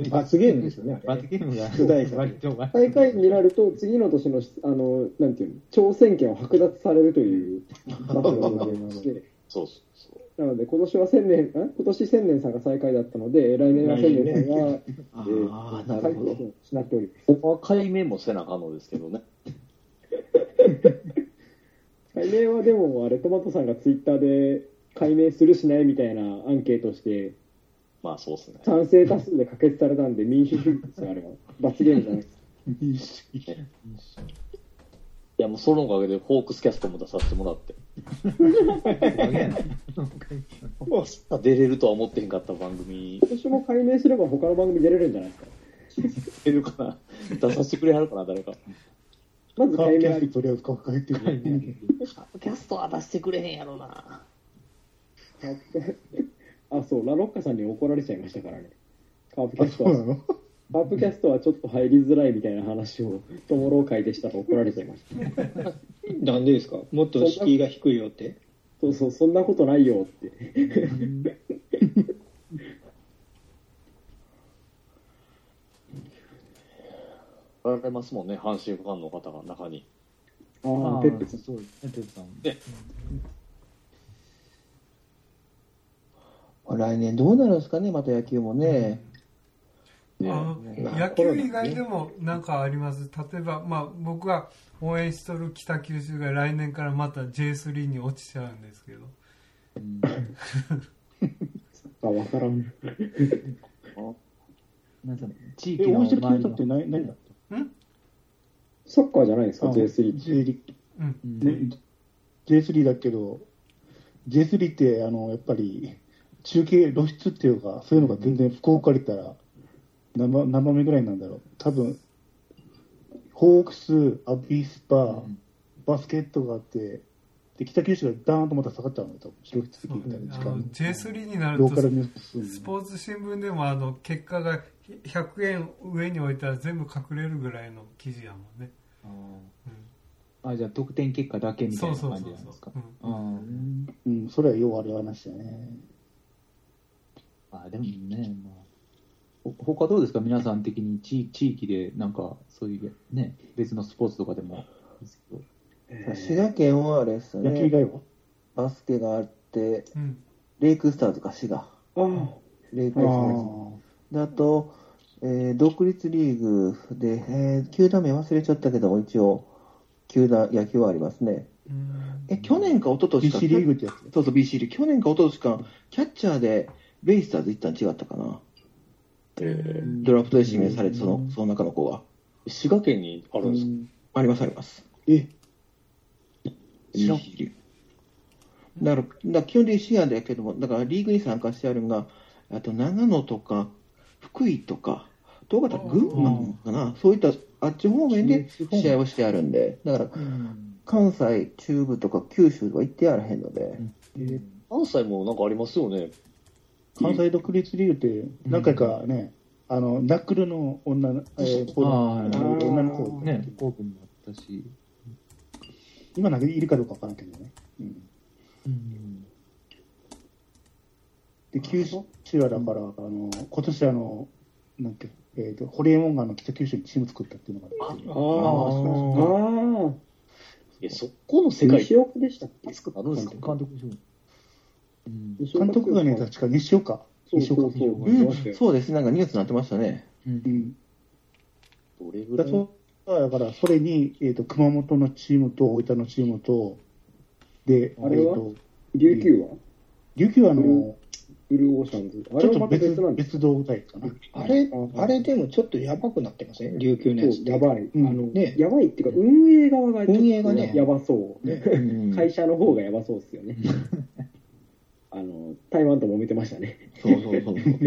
[SPEAKER 8] 罰ゲームですよね、あ
[SPEAKER 3] 罰
[SPEAKER 8] れ。
[SPEAKER 3] ゲームが
[SPEAKER 8] 出題者
[SPEAKER 3] 割と前
[SPEAKER 7] 最下位になると、次の年のし、あの、なんていうの、挑戦権を剥奪されるという罰がございまして、
[SPEAKER 9] そうそうそう。
[SPEAKER 7] なので、今年は千年、ん今年千年さんが最下位だったので、来年は千年さんが、
[SPEAKER 1] あ
[SPEAKER 7] え
[SPEAKER 1] あ、なるほど。
[SPEAKER 7] を失っております。
[SPEAKER 9] 細かい面もせなあかんのですけどね。
[SPEAKER 7] 解明はでも、あれ、トマトさんがツイッターで解明するしないみたいなアンケートして、
[SPEAKER 9] まあそうですね。
[SPEAKER 7] 賛成多数で可決されたんで、民主主義ですよ、あれは。罰ゲームじゃないです。
[SPEAKER 9] や、もうそのおかげでホークスキャストも出させてもらって。まさか出れるとは思ってへんかった番組、
[SPEAKER 7] 私も解明すれば他の番組出れるんじゃないですか。
[SPEAKER 9] 出るかな 出させてくれはるかな誰か。
[SPEAKER 7] まず
[SPEAKER 4] カ
[SPEAKER 7] 解
[SPEAKER 4] ーキ
[SPEAKER 7] 明
[SPEAKER 4] ャ
[SPEAKER 7] あ
[SPEAKER 4] ス
[SPEAKER 7] り。
[SPEAKER 4] トとりあえず考えてる。
[SPEAKER 9] キャストは出してくれへんやろな。
[SPEAKER 7] あ、そう、ラロッカさんに怒られちゃいましたからね。カープキ
[SPEAKER 4] あ、
[SPEAKER 7] ャスト
[SPEAKER 4] そう な
[SPEAKER 7] は。
[SPEAKER 4] の
[SPEAKER 7] カープキャストはちょっと入りづらいみたいな話を、トモロー会でしたら怒られちゃいました。
[SPEAKER 5] なんでですかもっと敷居が低いよって。
[SPEAKER 7] そうそう、そんなことないよって。
[SPEAKER 9] られますもんね、阪神ファンの方が中に。
[SPEAKER 7] あ
[SPEAKER 3] あ
[SPEAKER 7] あ、
[SPEAKER 3] あ
[SPEAKER 7] ペップさん。
[SPEAKER 3] そうですね、ペップさん。
[SPEAKER 1] 来年どうなるんですかね、また野球もね。
[SPEAKER 9] ね
[SPEAKER 2] あの野球以外でもなんかあります、例えば、まあ、僕が応援しとる北九州が来年からまた J3 に落ちちゃうんですけど、
[SPEAKER 7] あ、わからん。
[SPEAKER 3] なんか地
[SPEAKER 4] え、
[SPEAKER 3] 域の
[SPEAKER 4] 応じ
[SPEAKER 3] 周り
[SPEAKER 4] る球
[SPEAKER 3] の
[SPEAKER 4] 団って何何だっ
[SPEAKER 7] サッカーじゃないです
[SPEAKER 4] た
[SPEAKER 7] か、J3 って。
[SPEAKER 4] J リ
[SPEAKER 2] うん、
[SPEAKER 3] うん
[SPEAKER 4] ね J3 だけど、J3 って、あの、やっぱり、中継露出っていうか、そういうのが全然福岡からたら、何番何番目ぐらいなんだろう。多分、ホークス、アビスパ、
[SPEAKER 3] ん
[SPEAKER 4] バスケットがあって、で、北九州がダーンとまた下がっちゃうのよ、多分。露出
[SPEAKER 2] そう
[SPEAKER 4] みたいな
[SPEAKER 2] あ
[SPEAKER 4] 時間
[SPEAKER 2] の。J3 になる
[SPEAKER 4] ロ
[SPEAKER 2] と
[SPEAKER 4] ーカルニュース
[SPEAKER 2] スポーツ新聞でもあの結果が100円上に置いたら全部隠れるぐらいの記事やもんね、
[SPEAKER 3] あ、じゃあ得点結果だけ
[SPEAKER 2] うん、
[SPEAKER 3] みたい
[SPEAKER 2] そう
[SPEAKER 3] な感
[SPEAKER 2] そうそ
[SPEAKER 3] じ
[SPEAKER 2] う
[SPEAKER 3] なんです
[SPEAKER 2] そ
[SPEAKER 3] か
[SPEAKER 2] う、。うん
[SPEAKER 3] うん
[SPEAKER 4] うん、それはようある話だね。
[SPEAKER 3] あでもね、まあ、ほ他どうですか、皆さん的に地地域で、なんか、そういう、ね、別のスポーツとかでもですけど、
[SPEAKER 1] 滋賀県はあれですよ
[SPEAKER 4] 野球以
[SPEAKER 1] ね、
[SPEAKER 4] 外は
[SPEAKER 1] バスケがあって、
[SPEAKER 2] うん
[SPEAKER 1] レイクスターとか滋賀。
[SPEAKER 7] ああ、
[SPEAKER 1] レイクス
[SPEAKER 4] あ
[SPEAKER 1] ターであと、えー独立リーグで、えー球団名忘れちゃったけども、一応、球団、野球はありますね。
[SPEAKER 2] うん
[SPEAKER 1] え、去年か一昨
[SPEAKER 4] あ、
[SPEAKER 1] 年か。
[SPEAKER 4] BC リーグってやつ。
[SPEAKER 1] そうそう、BC リーグ。去年か一昨年か、キャッチャーで、ベイスターズ行ったん違ったかな。ドラフトで指名されて、その、その中の子が。
[SPEAKER 9] 滋賀県にあるんですか、
[SPEAKER 1] あります、あります。
[SPEAKER 4] え、
[SPEAKER 1] 知らんだから、だから基本的にシェアだけども、だからリーグに参加してあるのが、あと長野とか、福井とか、東方、群馬かな、そういったあっち方面で試合をしてあるんで、だから関西、中部とか九州とか行ってやらへんので、
[SPEAKER 9] 関西もなんかありますよね。
[SPEAKER 4] 関西独立リーグって何回かね、あのナックルの女の,、えー子の
[SPEAKER 3] ああ、
[SPEAKER 4] 女の子、
[SPEAKER 3] ね、オープンもあったし、
[SPEAKER 4] 今なんかいるかどうかわからんけどね、うん
[SPEAKER 3] うん、
[SPEAKER 4] で九州はだから、あの今年あのなんて、えー、とホリエモンがあの北九州にチーム作ったっていうのがあって
[SPEAKER 3] そ
[SPEAKER 7] あ
[SPEAKER 3] う
[SPEAKER 7] あ、ああ、
[SPEAKER 9] え、そこの世界
[SPEAKER 7] 西岡でしたっけ
[SPEAKER 9] 熱くなるんですか
[SPEAKER 3] 監督でしょう、うん
[SPEAKER 7] 西岡
[SPEAKER 4] 監督がね確か西岡
[SPEAKER 7] そうそうそう。
[SPEAKER 1] う
[SPEAKER 7] 言って
[SPEAKER 1] ん
[SPEAKER 7] ましたよ
[SPEAKER 1] そうです、なんかニュースになってました ね。
[SPEAKER 4] うん
[SPEAKER 9] どれぐら
[SPEAKER 4] だ
[SPEAKER 9] い
[SPEAKER 4] そうだからそれに、えー、と熊本のチームと大分のチームとで
[SPEAKER 7] あれは
[SPEAKER 4] えーと
[SPEAKER 7] 琉球は
[SPEAKER 4] 琉球はあの、
[SPEAKER 7] うんウルーオーシャンズ。あ
[SPEAKER 4] ち
[SPEAKER 7] れ
[SPEAKER 4] ょっ
[SPEAKER 7] は
[SPEAKER 4] と
[SPEAKER 7] また
[SPEAKER 4] 別
[SPEAKER 7] 別なんです
[SPEAKER 4] 別動体かな、
[SPEAKER 5] あれ、あれでもちょっとやばくなってません琉球のやつ
[SPEAKER 7] そうやばい。あ
[SPEAKER 4] うん
[SPEAKER 7] の、
[SPEAKER 5] ね
[SPEAKER 7] やばいっていうか、運営側がちょっと
[SPEAKER 5] 運営がね
[SPEAKER 7] やばそう。
[SPEAKER 1] うん
[SPEAKER 7] 会社の方がやばそうですよね。 あの、台湾と揉めてましたね。
[SPEAKER 1] そうそうそうそう。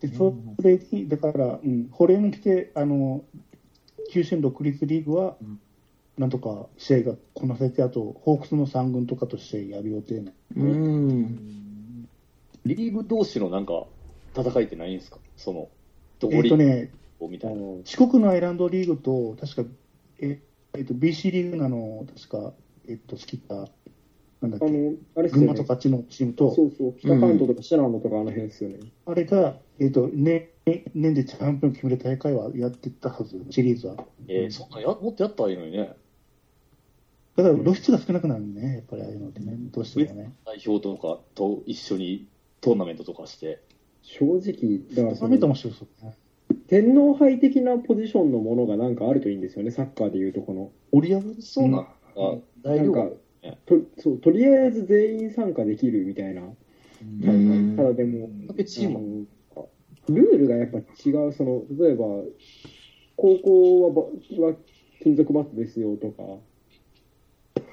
[SPEAKER 4] でそれに、だから、うん、保連来て、あの九州の独立リーグは、なんとか試合がこなせて、あと、ホークスの3軍とかと試合やる予定な
[SPEAKER 1] うん。
[SPEAKER 9] リーグ同士のなんか戦いってないんですかその、ど
[SPEAKER 4] えっ、とね、
[SPEAKER 9] みたいな。
[SPEAKER 4] 四国のアイランドリーグと、確か、ええっと BC リーグなの、確か、えっと、好きだ、なんだっ
[SPEAKER 7] あ
[SPEAKER 4] け、
[SPEAKER 7] の、あれっす
[SPEAKER 4] 群
[SPEAKER 7] よ
[SPEAKER 4] 馬
[SPEAKER 7] ね
[SPEAKER 4] と。かあっちのチーム
[SPEAKER 7] そ
[SPEAKER 4] と、
[SPEAKER 7] うそう、北関東とか信濃とかあの辺ですよね。
[SPEAKER 4] あれが、えっと、年、年でチャンピオン決める大会はやってたはず、シリーズは。
[SPEAKER 9] えーそっかや、もっとやったらいいのにね。
[SPEAKER 4] だから露出が少なくなるね、やっぱりああいうのってね、どうしてもね。
[SPEAKER 9] 代表とかと一緒にトーナメントとかして。
[SPEAKER 7] 正直、だから
[SPEAKER 4] そ
[SPEAKER 7] そ
[SPEAKER 4] れ見て
[SPEAKER 7] の
[SPEAKER 4] 面白そうね。
[SPEAKER 7] 天皇杯的なポジションのものがなんかあるといいんですよね、サッカーでいうとこの。
[SPEAKER 9] 折り合わそうな。あ大
[SPEAKER 7] なん
[SPEAKER 9] 丈
[SPEAKER 7] か
[SPEAKER 9] 夫ね
[SPEAKER 7] とそうとりあえず全員参加できるみたいな、
[SPEAKER 1] うん
[SPEAKER 7] ただでも、
[SPEAKER 9] だけチーム
[SPEAKER 7] あのルールがやっぱ違う、その例えば、高校はばは金属バットですよとか、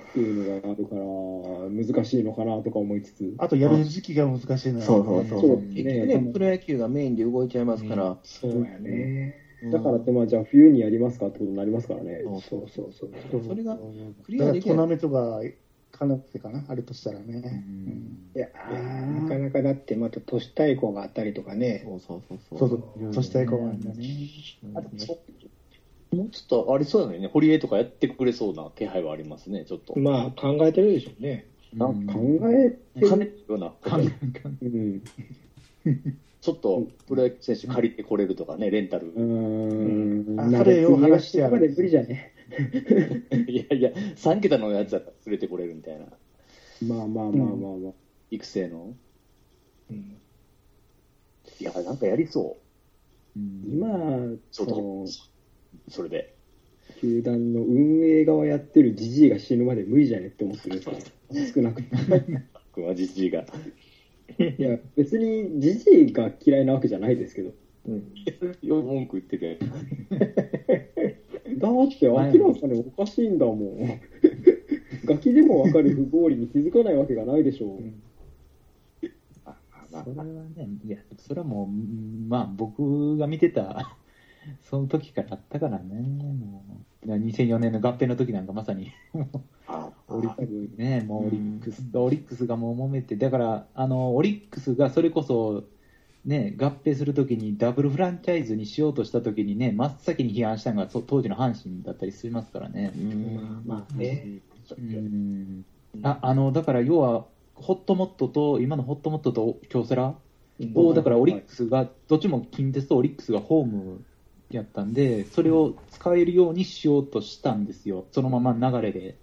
[SPEAKER 7] っていうのがあるから、難しいのかなとか思いつつ。
[SPEAKER 4] あとやる時期が難しいな。
[SPEAKER 10] そうそうそう。
[SPEAKER 7] そう
[SPEAKER 10] 結
[SPEAKER 7] ね
[SPEAKER 10] 局ね、プロ野球がメインで動いちゃいますから、
[SPEAKER 7] そうやね。だからって、まあ、じゃあ冬にやりますかってことになりますからね。
[SPEAKER 10] そうそうそう。
[SPEAKER 4] そう
[SPEAKER 10] それがクリ
[SPEAKER 4] だ
[SPEAKER 10] ア
[SPEAKER 4] から
[SPEAKER 10] で
[SPEAKER 4] ト
[SPEAKER 10] き
[SPEAKER 4] ー
[SPEAKER 10] な
[SPEAKER 4] ナ
[SPEAKER 10] い。
[SPEAKER 4] メントがかなってかな、あれとしたらね。
[SPEAKER 6] いやーなかなかだってまた都市対抗があったりとかね、
[SPEAKER 10] そうそうそうそう。
[SPEAKER 4] そうそう、そして以降はね。
[SPEAKER 9] あでもそもうちょっとありそうなのにね、堀江とかやってくれそうな気配はありますね、ちょっと。
[SPEAKER 6] まあ考えてるでしょうね。
[SPEAKER 9] なんか、
[SPEAKER 7] 考えて
[SPEAKER 9] 金のようなこと、
[SPEAKER 7] うん。
[SPEAKER 9] ちょっとプロ野球選手借りてこれるとかね、レンタル
[SPEAKER 7] う。ーん。
[SPEAKER 4] あそれを話してや
[SPEAKER 7] ここまで
[SPEAKER 4] る。
[SPEAKER 7] 無理じゃね。
[SPEAKER 9] いやいや、3桁のやつだから連れてこれるみたいな、
[SPEAKER 7] まあまあまあまあまあ。
[SPEAKER 9] 育成の。いや、なんかやりそう、
[SPEAKER 7] 今、
[SPEAKER 9] ち
[SPEAKER 7] そ
[SPEAKER 9] ょっと
[SPEAKER 7] の、
[SPEAKER 9] それで。
[SPEAKER 7] 球団の運営側やってるじじいが死ぬまで無理じゃねって思ってるんですよ。少なくとも。
[SPEAKER 9] 熊じじいが。
[SPEAKER 7] いや、別にじじいが嫌いなわけじゃないですけど。
[SPEAKER 9] よ文句言ってて。
[SPEAKER 7] だって明らかにおかしいんだもん。ガキでもわかる不合理に気づかないわけがないでしょう。
[SPEAKER 3] それはね、いや、それはもう、うんまあ、僕が見てた、 その時からあったからね、もう、だから2004年の合併の時なんかまさに
[SPEAKER 9] あ
[SPEAKER 3] オリックス、ね、もうオリックス、オリックスがもう揉めて、だから、あの、オリックスがそれこそ、ね、合併するときにダブルフランチャイズにしようとしたときにね、真っ先に批判したのがそ当時の阪神だったりしますからね。
[SPEAKER 6] まあね、
[SPEAKER 3] うんああのだから要は、ホットモットと、今のホットモットと京セラを、だからオリックスが、どっちも近鉄とオリックスがホームやったんで、それを使えるようにしようとしたんですよ、そのまま流れで。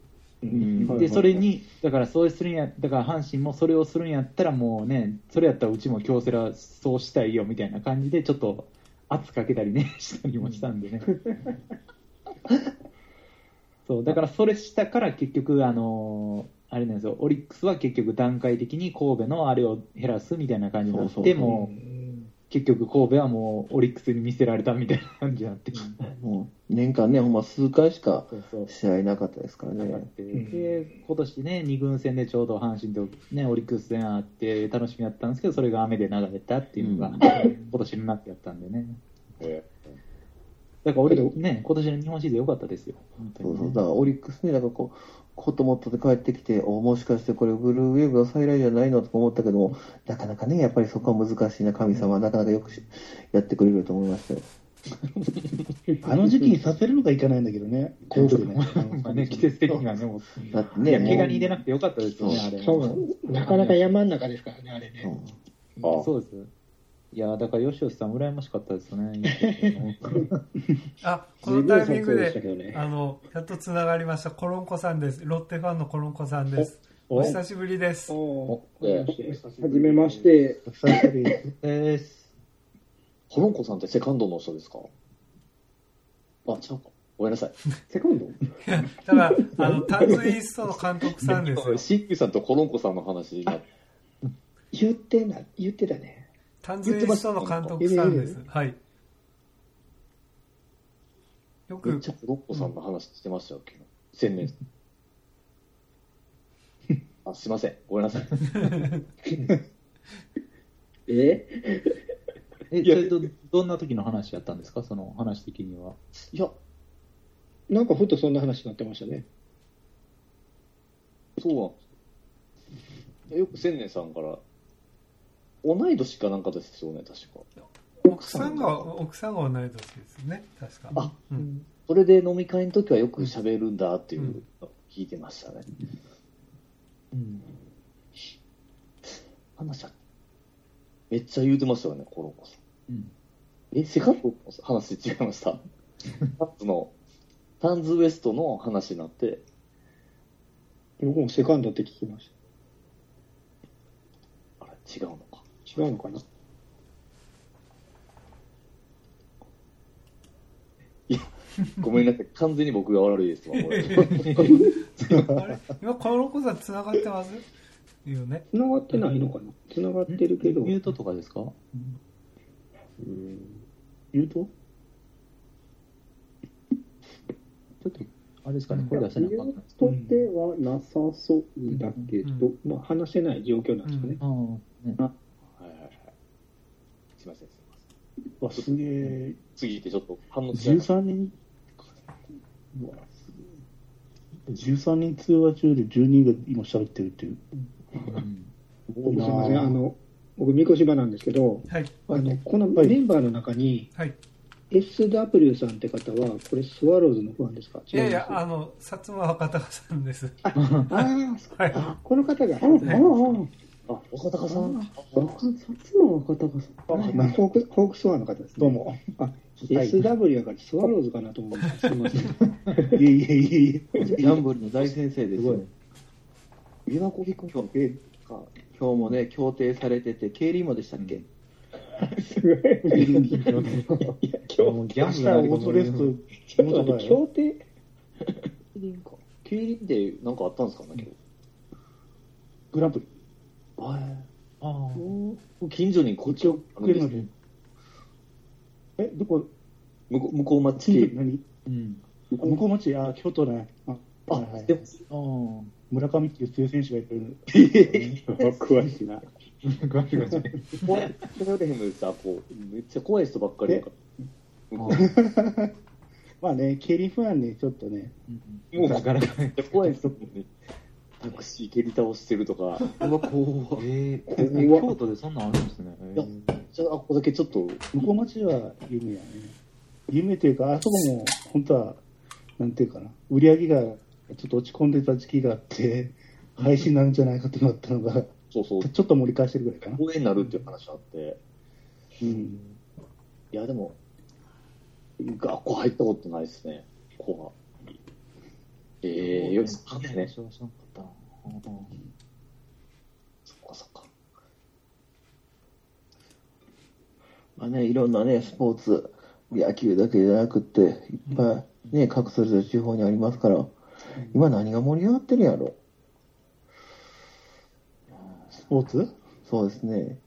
[SPEAKER 3] で、それに、だからそうするんや、だから阪神もそれをするんやったら、もうね、それやったらうちも京セラそうしたいよみたいな感じで、ちょっと圧かけたりね、 したりもしたんでね。そうだからそれしたから結局、あのーあれなんですよオリックスは結局段階的に神戸のあれを減らすみたいな感じになってもう結局神戸はもうオリックスに見せられたみたいな感じになって
[SPEAKER 10] もう年間ね、ほんま数回しか
[SPEAKER 3] そうそう
[SPEAKER 10] 試合なかったですから
[SPEAKER 3] なかっ
[SPEAKER 10] ね。
[SPEAKER 3] たで今年ね2軍戦でちょうど阪神と、ね、オリックス戦あって楽しみだったんですけどそれが雨で流れたっていうのが、今年になってやったんでね
[SPEAKER 9] え
[SPEAKER 3] だから俺、ね、今年の日本シリーズ良かったですよ本当
[SPEAKER 10] そ
[SPEAKER 3] に
[SPEAKER 10] う
[SPEAKER 3] ね
[SPEAKER 10] そう。だからオリックスね、なんかこう、コットモットで帰ってきて、おもしかしてこれブルーウェーブの再来じゃないのとか思ったけども、なかなかね、やっぱりそこは難しいな、神様はなかなかよくしやってくれると思いましたよ。
[SPEAKER 4] あの時期にさせるのがいかないんだけどね、神戸でね。
[SPEAKER 3] まあ ね、季節的にはね、もう
[SPEAKER 10] だって
[SPEAKER 3] いや
[SPEAKER 10] ね、
[SPEAKER 3] 怪我
[SPEAKER 10] もう
[SPEAKER 3] に出なくてよかったですよね、あれ。
[SPEAKER 6] そうなかなか山の中ですからね、あれね。
[SPEAKER 9] あ
[SPEAKER 3] そうです。いや、だから、吉吉さん、羨ましかったですよね。
[SPEAKER 2] あ、こ
[SPEAKER 7] 随
[SPEAKER 2] のタ
[SPEAKER 7] 分
[SPEAKER 2] イミング
[SPEAKER 7] そうでした
[SPEAKER 2] で、
[SPEAKER 7] けどね。
[SPEAKER 2] あの、やっとつながりました。コロンコさんです。ロッテファンのコロンコさんです。お久しぶりです。
[SPEAKER 7] は
[SPEAKER 9] え
[SPEAKER 7] じめまして、
[SPEAKER 4] 久しぶりです
[SPEAKER 3] です。
[SPEAKER 9] コロンコさんってセカンドの人ですかあ、違うか。ごめんなさい。
[SPEAKER 7] セカンド
[SPEAKER 2] だ から、あの、タンズイーストの監督さんですよ。
[SPEAKER 9] 新旧さんとコロンコさんの話になって。
[SPEAKER 6] 言ってな、言ってたね。
[SPEAKER 2] タンズイーストの監督さんです。はい。よ
[SPEAKER 9] めっ
[SPEAKER 2] く、
[SPEAKER 9] ちゃコロンコさんの話してましたよ、昨日。千年。あ、すいません。ごめん なさい。
[SPEAKER 7] え
[SPEAKER 3] え、それと、どんな時の話やったんですか、その話的には。
[SPEAKER 9] いや、
[SPEAKER 6] なんかふとそんな話になってましたね。
[SPEAKER 9] そうなんですよよく千年さんから、同い年かなんかですよね、確か。
[SPEAKER 2] 奥さんが、奥さんが同い年ですね。確か。
[SPEAKER 9] あ
[SPEAKER 2] うん
[SPEAKER 9] それで飲み会の時はよく喋るんだっていうのを聞いてましたね。話はめっちゃ言うてましたよね、コロンコさん。
[SPEAKER 3] うん
[SPEAKER 9] え、セカンドの話違いました。タンズの、タンズウエストの話になって、
[SPEAKER 6] 僕もセカンドって聞きまし
[SPEAKER 9] あれ、違うのか。
[SPEAKER 6] た。違うのかない
[SPEAKER 9] ごめんなさい、完全に僕が悪いですわ、これ。
[SPEAKER 2] あれ今、コロンコさん繋がってますいいよね。
[SPEAKER 6] 繋がってないのかな繋がってるけど。
[SPEAKER 3] ミュートとかですか
[SPEAKER 6] うん
[SPEAKER 4] 言うと
[SPEAKER 3] あれですかね、声出せなかった。
[SPEAKER 7] とではなさそうだけど、まあ、話せない状況なんですかね。
[SPEAKER 3] ああ、ね。
[SPEAKER 9] はいはいはい。すいません、すいません。
[SPEAKER 4] わ、すげえ。
[SPEAKER 9] 次行ってちょっと反応違います。
[SPEAKER 4] 13人、うわ、すげえ。13人通話中で12人が今喋ってるっていう。
[SPEAKER 7] 僕すいません、あの、僕、三越場なんですけど、
[SPEAKER 2] はい。
[SPEAKER 7] あの、このメンバーの中に、
[SPEAKER 2] はい。
[SPEAKER 7] SW さんって方は、これ、スワローズのファンですか
[SPEAKER 2] いやいや、
[SPEAKER 7] ます
[SPEAKER 2] あの、薩摩若隆さんです。
[SPEAKER 7] あ
[SPEAKER 2] はい。
[SPEAKER 7] あ、あこの方が。
[SPEAKER 11] ああ、
[SPEAKER 9] あ、岡高さん。
[SPEAKER 11] ああ、薩摩若隆さん。
[SPEAKER 7] あホークホークスワンの方です、
[SPEAKER 4] どう
[SPEAKER 7] ね。
[SPEAKER 4] も。
[SPEAKER 7] あ、SW やからスワローズかなと思って、すみません。
[SPEAKER 4] いえいえいえいえ。
[SPEAKER 1] ギャンブルの大先生です
[SPEAKER 3] すごい
[SPEAKER 1] よ。。琵琶湖飛行機か今日もね、協定されてて、経理もでしたっけ、
[SPEAKER 3] もうギャンブル
[SPEAKER 4] 明
[SPEAKER 7] いや、今
[SPEAKER 4] 日はオートレスト、
[SPEAKER 7] 日、ちょっと待って、協定
[SPEAKER 9] 競輪ってなんかあったんですかね、今日。
[SPEAKER 4] グランプリ。
[SPEAKER 3] ああ。
[SPEAKER 9] 近所にこっちをあるんですね
[SPEAKER 4] え、どこ
[SPEAKER 9] 向こう向こう町
[SPEAKER 4] 近所
[SPEAKER 9] 系
[SPEAKER 4] 何
[SPEAKER 3] うん。
[SPEAKER 4] 向こう町あ、京都ね。あ、はいは
[SPEAKER 9] で
[SPEAKER 4] い
[SPEAKER 9] も。
[SPEAKER 3] ああ。
[SPEAKER 4] 村上っていう強い選手がい る。
[SPEAKER 7] 詳しいな。
[SPEAKER 3] ガチガチ。
[SPEAKER 9] 怖いそれよりもさこうめっちゃ怖い人ばっかりやから向こ
[SPEAKER 4] まあね、競輪ファンにちょっとね、
[SPEAKER 9] うもう
[SPEAKER 3] ガラガラ。
[SPEAKER 9] めっちゃ怖い人もねタクシー蹴り倒してるとか
[SPEAKER 1] うわ、怖い
[SPEAKER 3] ええ、京都でそんなんあるんですね。ええ
[SPEAKER 9] じゃあここだけちょっと
[SPEAKER 4] 向こう町は夢やね。夢というか、あそこも本当は、なんていうかな、売り上げがちょっと落ち込んでた時期があって、配信なんじゃないかとなったのが、
[SPEAKER 9] そうそう
[SPEAKER 4] ちょっと盛り返してるぐらいかな。
[SPEAKER 9] 応援になるっていう話あって
[SPEAKER 4] うん。
[SPEAKER 9] いやでも学校入ったことないですねここがええよし
[SPEAKER 3] そう
[SPEAKER 9] ね
[SPEAKER 3] そうそうだったな
[SPEAKER 9] そっかそっか
[SPEAKER 1] まあね、いろんなね、スポーツ、野球だけじゃなくって、いっぱいね、各それぞれ地方にありますから、今何が盛り上がってるんやろ。
[SPEAKER 4] スポーツ
[SPEAKER 1] そうですね。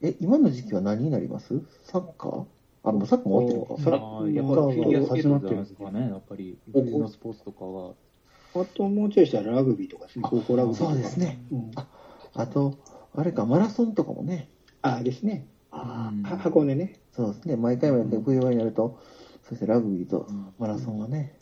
[SPEAKER 1] え、今の時期は何になりますサッカーあ、もうサッカーも終わってるのか。
[SPEAKER 4] サッカ
[SPEAKER 3] ああ、やっぱりフィギュ
[SPEAKER 4] ー
[SPEAKER 3] ア
[SPEAKER 4] が
[SPEAKER 3] スケー
[SPEAKER 4] 始
[SPEAKER 3] ト
[SPEAKER 4] まっ
[SPEAKER 3] じゃ
[SPEAKER 4] てる
[SPEAKER 3] ない
[SPEAKER 4] んで
[SPEAKER 3] ですすかね、やっぱり。冬のスポーツとかは。
[SPEAKER 7] あともうちょいしたらラグビーとかですね、高校ラグビーとか。
[SPEAKER 1] そうですね。
[SPEAKER 7] うん
[SPEAKER 1] あと、あれか、マラソンとかもね。
[SPEAKER 7] ああですね。
[SPEAKER 3] あ
[SPEAKER 7] は箱根ね。
[SPEAKER 1] そうですね。毎回もやって、冬場になると、そしてラグビーと
[SPEAKER 3] うん
[SPEAKER 1] マラソンがね。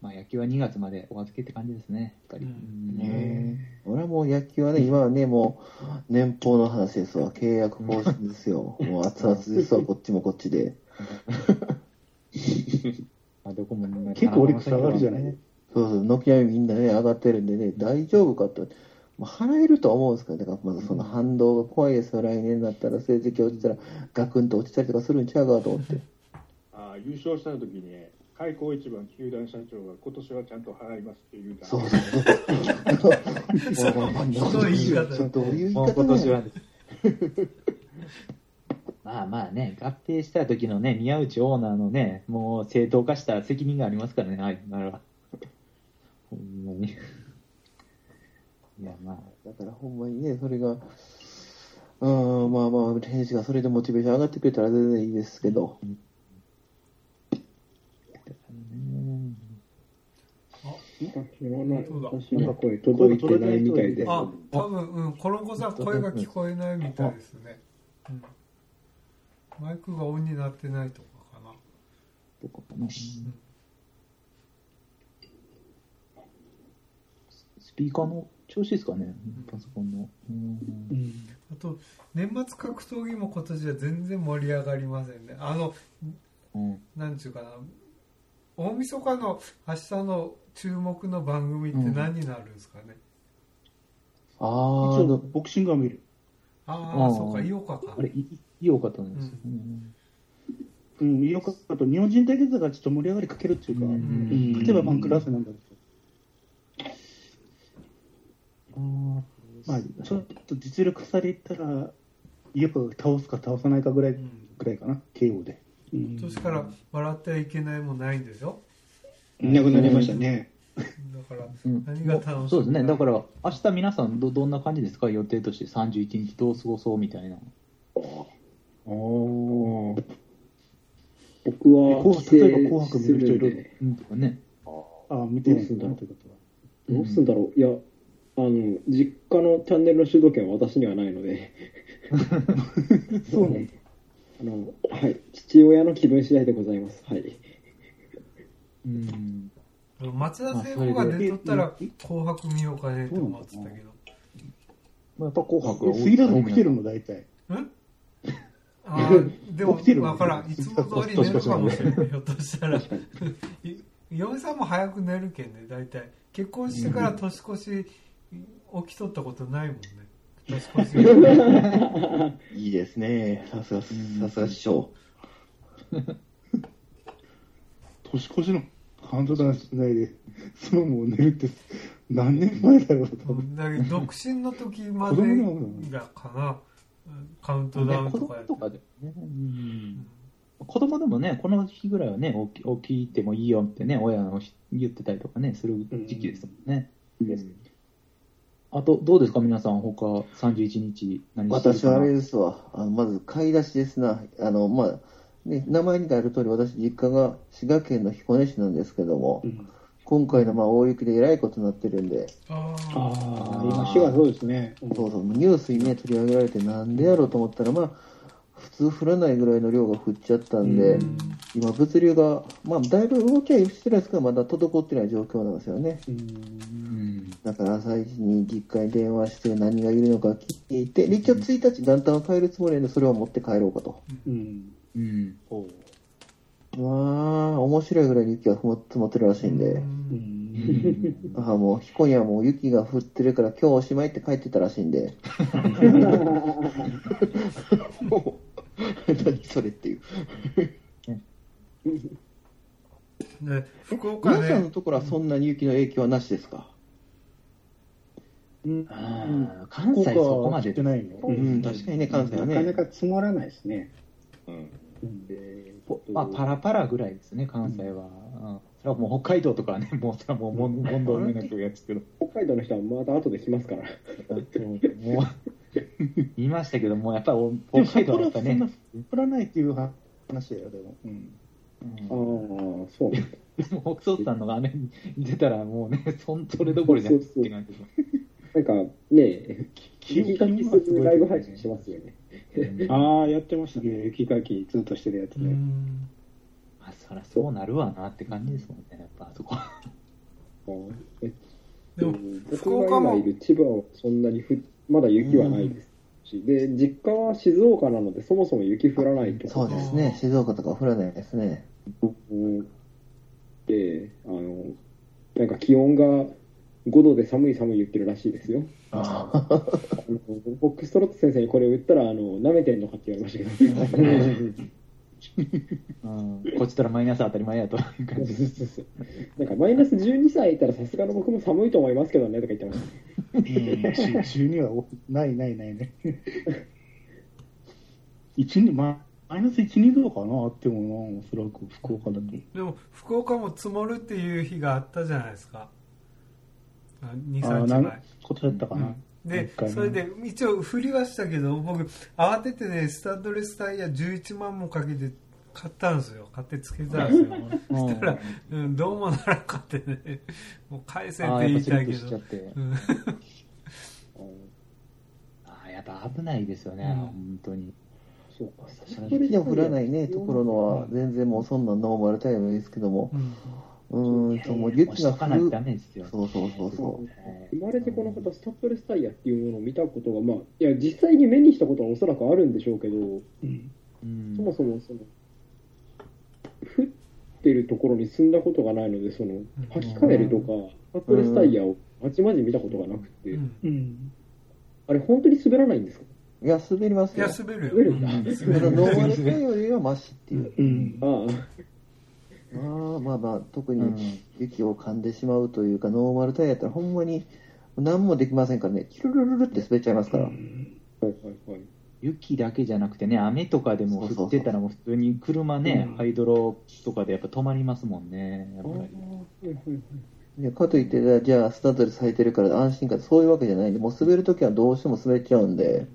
[SPEAKER 3] まあ野球は2月までお預けって感じですね、やっぱり。
[SPEAKER 2] う
[SPEAKER 1] ね俺はもう野球はね、今はね、もう年俸の話ですわ。契約更新ですよ。もう熱々ですわ、こっちもこっちで。
[SPEAKER 3] まあどこもね
[SPEAKER 4] 結構オリックス上がるじゃない
[SPEAKER 1] そうそう、軒並みみんなね、上がってるんでね、大丈夫かと。まあ、払えるとは思うんですけど、だからまだその反動が怖いですよ。来年になったら成績落ちたら、ガクンと落ちたりとかするんちゃうかと思って。
[SPEAKER 12] あ優勝した時にね、開口一番球団社長が今年はちゃんと払いますって言うから。
[SPEAKER 1] そうそうそう。もうもう
[SPEAKER 2] ひどい言い方
[SPEAKER 1] そうどういう言い
[SPEAKER 3] もう
[SPEAKER 1] 方
[SPEAKER 3] 今
[SPEAKER 1] な
[SPEAKER 3] 年
[SPEAKER 1] の
[SPEAKER 3] は。 まあまあね、合併した時のね、宮内オーナーのね、もう正当化した責任がありますからね、あいなら。ほんまに。いや、まあ、
[SPEAKER 1] だからほんまにね、それが、うん、まあまあ、天使がそれでモチベーション上がってくれたら全然いいですけど、
[SPEAKER 3] ね
[SPEAKER 2] 本当だ
[SPEAKER 7] 私なんか声届いてないみたいで。
[SPEAKER 2] あ、多分、うん、コロンコさん声が聞こえないみたいですね。うん、マイクがオンになってないとかかな。
[SPEAKER 3] どこかな。スピーカーの調子ですかね、パソコンの。うん
[SPEAKER 7] うん
[SPEAKER 2] あと、年末格闘技も今年は全然盛り上がりませんね。あの、
[SPEAKER 3] うん
[SPEAKER 2] なんちゅうかな、大晦日の明日の注目の番組って何になるんですかね。
[SPEAKER 4] 一
[SPEAKER 1] ああ、
[SPEAKER 4] 応、ボクシングは見る。
[SPEAKER 2] あ
[SPEAKER 3] あ
[SPEAKER 2] あ、
[SPEAKER 3] ー
[SPEAKER 2] そうか、井岡か
[SPEAKER 3] あ。れ、いいよかったんですよね。
[SPEAKER 4] うん、よかった。日本人対決がちょっと盛り上がりかけるっていうか、
[SPEAKER 2] ん
[SPEAKER 4] 例えばファンクラスなんだけど。
[SPEAKER 3] うん
[SPEAKER 4] まあ、ちょっと実力差で言ったら、よく倒すか倒さないかぐらい
[SPEAKER 2] うん
[SPEAKER 4] ぐらいかな、KO で。
[SPEAKER 7] うん
[SPEAKER 2] 今年から笑ってはいけないもないんでしょ
[SPEAKER 7] いなくなりましたね。
[SPEAKER 2] だから、
[SPEAKER 3] うん
[SPEAKER 2] 何が楽しみなの
[SPEAKER 3] そうですね、だから、明日皆さんど、どんな感じですか、予定として31日、どう過ごそうみたいな。
[SPEAKER 9] ああ
[SPEAKER 3] おお。
[SPEAKER 7] 僕は
[SPEAKER 4] 紅白、例えば紅白見る人い
[SPEAKER 7] 帰省すん
[SPEAKER 4] る
[SPEAKER 7] で
[SPEAKER 3] うんとかね。
[SPEAKER 4] ああ、見てないんだ
[SPEAKER 7] うん
[SPEAKER 4] ってことは。
[SPEAKER 7] どうすんだろう、いや、あの、実家のチャンネルの主導権は私にはないので、
[SPEAKER 4] そうなんだ。
[SPEAKER 7] あの、はい、父親の気分次第でございます。はい。
[SPEAKER 3] うん。
[SPEAKER 2] 松田聖子が出とったら紅白見ようかねって思ってたけど
[SPEAKER 3] まあ、やっぱ紅白は多い。
[SPEAKER 4] 杉浦さんも来てるの、大体。
[SPEAKER 2] んあーでも
[SPEAKER 4] 起きてる
[SPEAKER 2] 分からんいつも通り寝るかもしれないひょっとしたら い嫁さんも早く寝るけんね大体結婚してから年越し起きとったことないもんね年越し
[SPEAKER 1] いいですね。さすが、さすが師匠。
[SPEAKER 4] 年越しのカウントダウンしないで、 そのもう寝るって、何年前だろう、多分。
[SPEAKER 2] だけど独身の時ま
[SPEAKER 4] 子
[SPEAKER 2] で
[SPEAKER 4] 供の頃
[SPEAKER 2] だかなカウントダウン
[SPEAKER 3] 子
[SPEAKER 2] と
[SPEAKER 3] 供
[SPEAKER 2] かやって
[SPEAKER 3] とかでもね。うん子供でもね、この日ぐらいはね、起き起きてもいいよってね、親のひ言ってたりとかね、する時期ですもんね。あと、どうですか、皆さん、他31日、何してる
[SPEAKER 1] 私
[SPEAKER 3] かな
[SPEAKER 1] はあれですわ。あのまず買い出しですな。あの、まあ、ね、名前にある通り、私、実家が滋賀県の彦根市なんですけども、今回のまあ大雪でえらいことになってるんで、
[SPEAKER 2] あー
[SPEAKER 13] ああ、今、市はそうですね。
[SPEAKER 1] そうそう、ニュースにね、取り上げられて、なんでやろうと思ったら、まあ、普通降らないぐらいの量が降っちゃったんで、今、物流が、まあ、だいぶ動きはしてるんですけど、まだ滞ってない状況なんですよね。
[SPEAKER 3] うん。
[SPEAKER 1] だから朝一に実家に電話して何がいるのか聞いて、で一応1日元旦を変えるつもりなんで、それを持って帰ろうかと。
[SPEAKER 13] うん。
[SPEAKER 3] うん。
[SPEAKER 1] わあ、面白いぐらい雪が積もってるらしいんで、ああ、もう、彦根はもう雪が降ってるから、今日おしまいって帰ってたらしいんで、もう、 何それっていう。
[SPEAKER 2] ね福岡
[SPEAKER 1] 皆さん
[SPEAKER 2] ね
[SPEAKER 1] のところはそんなに雪の影響はなしですか
[SPEAKER 13] うん。
[SPEAKER 3] あー関西そこまで
[SPEAKER 4] 来て。ないの。う
[SPEAKER 1] う
[SPEAKER 4] ん
[SPEAKER 1] ん、確かにね、関西は
[SPEAKER 13] なかな
[SPEAKER 1] ね。
[SPEAKER 13] か積もらないですね。
[SPEAKER 3] まあ、パラパラぐらいですね、関西は。うんそれはもう北海道とかはね、もうそれはもう問問答目なくやつけど、
[SPEAKER 7] 北海道の人はまた後で来ますから。
[SPEAKER 3] もう、見ましたけど、もうやっぱり北海道はやっぱね、
[SPEAKER 4] 降らないっていう話だよ、でも。うん。
[SPEAKER 3] うん
[SPEAKER 7] ああ、そう。
[SPEAKER 3] もう北斗さんの画面に出たら、もうね、そんそれどころじゃなくて感じです
[SPEAKER 7] なんか、ねえ、雪かきするライブ配信してますよね。
[SPEAKER 13] ああ、やってましたね。雪かきずっとしてるやつ
[SPEAKER 2] う
[SPEAKER 13] ね。
[SPEAKER 2] ん
[SPEAKER 3] あそりゃそうなるわなって感じですもんね、やっぱあそこ。
[SPEAKER 2] でも
[SPEAKER 7] うん
[SPEAKER 2] 福
[SPEAKER 7] 僕
[SPEAKER 2] 岡
[SPEAKER 7] が
[SPEAKER 2] も
[SPEAKER 7] 今いる千葉はそんなにふまだ雪はないですし、で、実家は静岡なので、そもそも雪降らないと
[SPEAKER 1] そうですね、静岡とか降らないですね。
[SPEAKER 7] で、あの、なんか気温が5度で寒い寒い言ってるらしいですよ。あのボックストロット先生にこれを言ったら、あの、舐めてんのかって言われましたけど。
[SPEAKER 3] うん、こっちとらマイナス当たり前やという感じで。
[SPEAKER 7] なんかマイナス12歳いたらさすがの僕も寒いと思いますけどねとか言ってました。
[SPEAKER 4] 中には多くないないないね。 一二ママイナス1、2度かな、あってもな、おそらく福岡だと。
[SPEAKER 2] でも福岡も積もるっていう日があったじゃないですか
[SPEAKER 4] あ
[SPEAKER 2] 23
[SPEAKER 4] あ、
[SPEAKER 2] 日
[SPEAKER 4] なん
[SPEAKER 2] 前
[SPEAKER 4] ことだったかな。
[SPEAKER 2] で
[SPEAKER 4] 一回ね
[SPEAKER 2] それで一応振りはしたけど僕慌ててねスタッドレスタイヤ11万もかけて買ったんですよ買ってつけたんですよ そしたら、うん、どうもならんかってね もう返せっ
[SPEAKER 3] ああ
[SPEAKER 2] て
[SPEAKER 3] ー、
[SPEAKER 2] 言
[SPEAKER 3] やっ
[SPEAKER 2] い
[SPEAKER 3] ぱスリップしち
[SPEAKER 2] たいけ
[SPEAKER 3] ゃ
[SPEAKER 2] ど
[SPEAKER 3] って
[SPEAKER 2] う。ん
[SPEAKER 3] ああ、やっぱ危ないですよね、本当に。
[SPEAKER 1] それでも降らないね、ところのは、全然もうそんなノーマルタイムですけども、
[SPEAKER 2] うん
[SPEAKER 1] うーんと、もう雪が
[SPEAKER 3] 押しとか
[SPEAKER 1] 降
[SPEAKER 3] ないと
[SPEAKER 1] る
[SPEAKER 3] ダ。メですよ。
[SPEAKER 1] そうそうそうそう。
[SPEAKER 7] 生まれてこの方、スタッドレスタイヤっていうものを見たことが、まあ、いや、実際に目にしたことはおそらくあるんでしょうけど、
[SPEAKER 3] うん
[SPEAKER 7] そもそもその、降ってるところに住んだことがないので、その、履き替えるとか、スタッドレスタイヤをまちまち見たことがなくて、
[SPEAKER 2] うん
[SPEAKER 13] うん。
[SPEAKER 7] あれ、本当に滑らないんですか
[SPEAKER 1] いや、滑ります
[SPEAKER 2] い
[SPEAKER 1] よ
[SPEAKER 2] や。滑るよ
[SPEAKER 7] 滑るんだ
[SPEAKER 2] うん
[SPEAKER 1] だ
[SPEAKER 2] 滑
[SPEAKER 1] から
[SPEAKER 2] る
[SPEAKER 1] ノーマルタイムよりはマシっていう。
[SPEAKER 13] うん。
[SPEAKER 7] あ
[SPEAKER 1] まあ
[SPEAKER 7] あ、
[SPEAKER 1] まあまあ、特
[SPEAKER 3] うん
[SPEAKER 1] に雪を噛んでしまうというか、ノーマルタイヤやったら、ほんまに何もできませんからね、キュルルルルって滑っちゃいますから。
[SPEAKER 7] はいはいはい。
[SPEAKER 3] 雪だけじゃなくてね、雨とかでも降ってたら、もう普通に車ね、ハイドロとかでやっぱ止まりますもんね、やっぱり。
[SPEAKER 1] いやかといって、じゃあ、スタッドレス咲いてるから安心感、そういうわけじゃないんで、もう滑るときはどうしても滑っちゃうんで、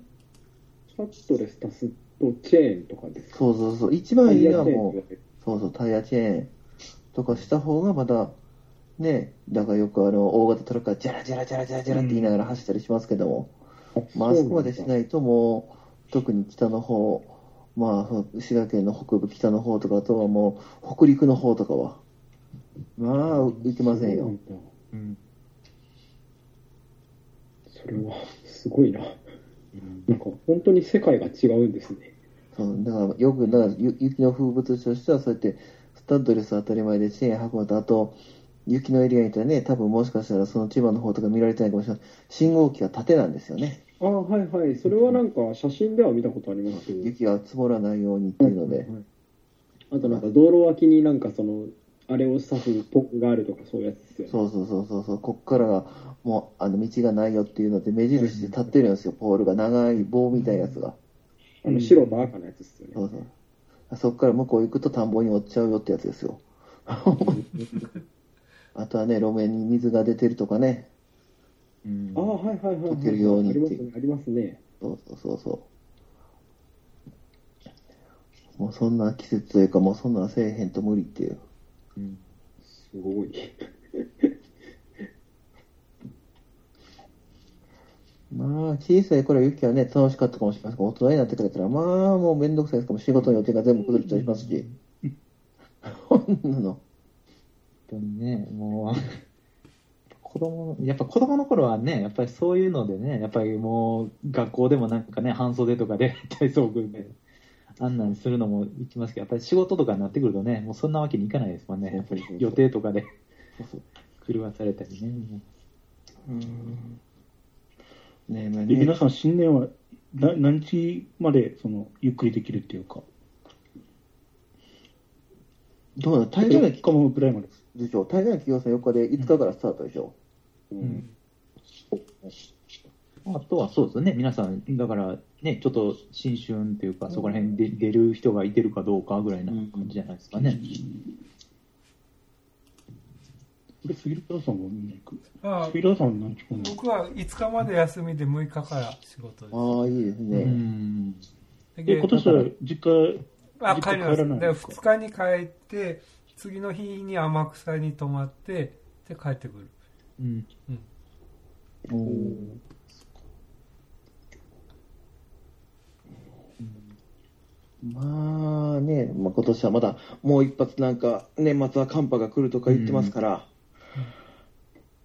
[SPEAKER 7] スタッドレスタスとチェーンとかですか
[SPEAKER 1] そうそうそう、一番いいのはもう、そうそう、タイヤチェーンとかした方がまだ、ね、だからよくあの、大型トラックがジャラジャラジャラジャラジャラって言いながら走ったりしますけども、まああそこまでしないともう、特に北の方、まあ、そう滋賀県の北部、北の方とか、あとはもう、北陸の方とかは、まあ、行けませんよ。
[SPEAKER 7] それは、すごいな。なんか、本当に世界が違うんですね。
[SPEAKER 1] そうだからよくだからゆ雪の風物詩としてはそうやってスタッドレスは当たり前でチェーン運ぶとあと雪のエリアにいたらね多分もしかしたらその千葉の方とか見られてないかもしれない信号機が縦なんですよね
[SPEAKER 7] ああ、はいはい。それはなんか、写真では見たことありますけど、
[SPEAKER 1] 雪が積もらないようにっていうので、
[SPEAKER 7] あとなんか、道路脇になんか、その、あれを指すポックがあるとか、そういうやつですよ
[SPEAKER 1] そ
[SPEAKER 7] ね。
[SPEAKER 1] うそうそうそうそうこっからがもうあの道がないよっていうので目印で立ってるんですよポールが長い棒みたいなやつが
[SPEAKER 7] あの、白と赤のやつですよね。
[SPEAKER 1] そうそうそこから向こう行くと田んぼに落ちちゃうよってやつですよあとはね路面に水が出てるとかね
[SPEAKER 7] ああ、はいはいはい、はい。
[SPEAKER 1] 溶けるように
[SPEAKER 7] ありますね。ありますね。
[SPEAKER 1] そうそうそうそうもうそんな季節というかもうそんなんせえへんと無理っていう
[SPEAKER 7] すごい。
[SPEAKER 1] まあ、小さい頃は雪はね、楽しかったかもしれませんが、大人になってくれたら、まあ、もうめんどくさいですかも、仕事の予定が全部崩れちゃいますし。こんなの。
[SPEAKER 3] 本当にね、もう、 子供の、やっぱ子供の頃はね、やっぱりそういうのでね、やっぱりもう、学校でもなんかね、半袖とかで 体操服で、あんなんするのも行きますけど、やっぱり仕事とかになってくるとね、もうそんなわけにいかないですもんね、やっぱり予定とかで狂わされたりね。もう
[SPEAKER 1] うん。ねえ、まあ
[SPEAKER 4] で
[SPEAKER 1] ね、
[SPEAKER 4] 皆さん、新年はな何日までそのゆっくりできるっていうか、
[SPEAKER 1] どうだ、大概の期
[SPEAKER 4] 日間ぐらいまでです。
[SPEAKER 1] でしょ大概の企業さん4日で5日からスタートでしょ、
[SPEAKER 3] あとはそうですよね、皆さん、だから、ね、ちょっと新春というか、そこら辺で出る人がいてるかどうかぐらいな感じじゃないですかね。
[SPEAKER 4] これ、杉浦さんもみんな行く。
[SPEAKER 2] ああ
[SPEAKER 4] 杉浦さんは何日間なの
[SPEAKER 2] 僕は5日まで休みで6日から仕事です。
[SPEAKER 1] ああ、いいですね。
[SPEAKER 3] うん
[SPEAKER 4] え、今年は実家、
[SPEAKER 2] あ帰
[SPEAKER 4] 実家
[SPEAKER 2] ります。
[SPEAKER 4] 帰らないん
[SPEAKER 2] で
[SPEAKER 4] ですか
[SPEAKER 2] 2日に帰って、次の日に天草に泊まって、で帰ってくる。
[SPEAKER 3] うん
[SPEAKER 1] まあね、まあ、今年はまだもう一発なんか年末は寒波が来るとか言ってますから、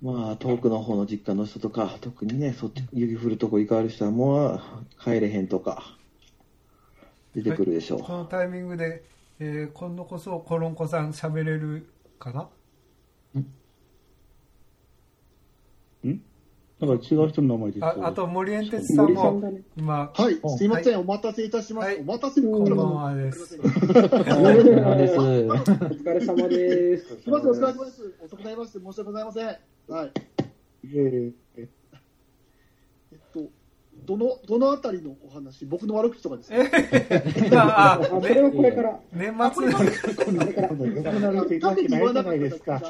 [SPEAKER 1] まあ遠くの方の実家の人とか特にねそっち雪降るとこ行かれる人はもう帰れへんとか出てくるでしょう、
[SPEAKER 2] このタイミングで、えー今度こそコロンコさん喋れるかな
[SPEAKER 4] なんか違う人の名前で言って
[SPEAKER 2] あ
[SPEAKER 4] た
[SPEAKER 2] あと、森エンテスさん
[SPEAKER 7] 森さんが
[SPEAKER 2] も
[SPEAKER 7] ね、
[SPEAKER 2] 今、
[SPEAKER 5] はい、すいません、お待たせいたしま
[SPEAKER 2] は
[SPEAKER 5] す
[SPEAKER 2] い。
[SPEAKER 5] お待たせ
[SPEAKER 2] こ
[SPEAKER 5] こ
[SPEAKER 2] ん
[SPEAKER 5] ち
[SPEAKER 2] ば
[SPEAKER 5] ら
[SPEAKER 2] ん
[SPEAKER 5] こ
[SPEAKER 2] はです。
[SPEAKER 5] そ。すい
[SPEAKER 3] お疲れ様です。
[SPEAKER 7] お疲れ様です。
[SPEAKER 5] ません、お疲れ様です。遅くなりまして、申し訳ございません。はい。
[SPEAKER 4] いやいやいや
[SPEAKER 5] えっと、どの、どのあたりのお話、僕の悪口とかですか
[SPEAKER 2] え 今、あ、
[SPEAKER 7] あ、それ
[SPEAKER 2] ね
[SPEAKER 7] はこれから。
[SPEAKER 2] 年
[SPEAKER 5] あこ
[SPEAKER 2] 末
[SPEAKER 5] れは
[SPEAKER 4] なくなるって言わけないじゃないですか。
[SPEAKER 14] そ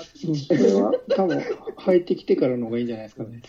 [SPEAKER 14] れは、多分、入ってきてからの方がいいんじゃないですかね。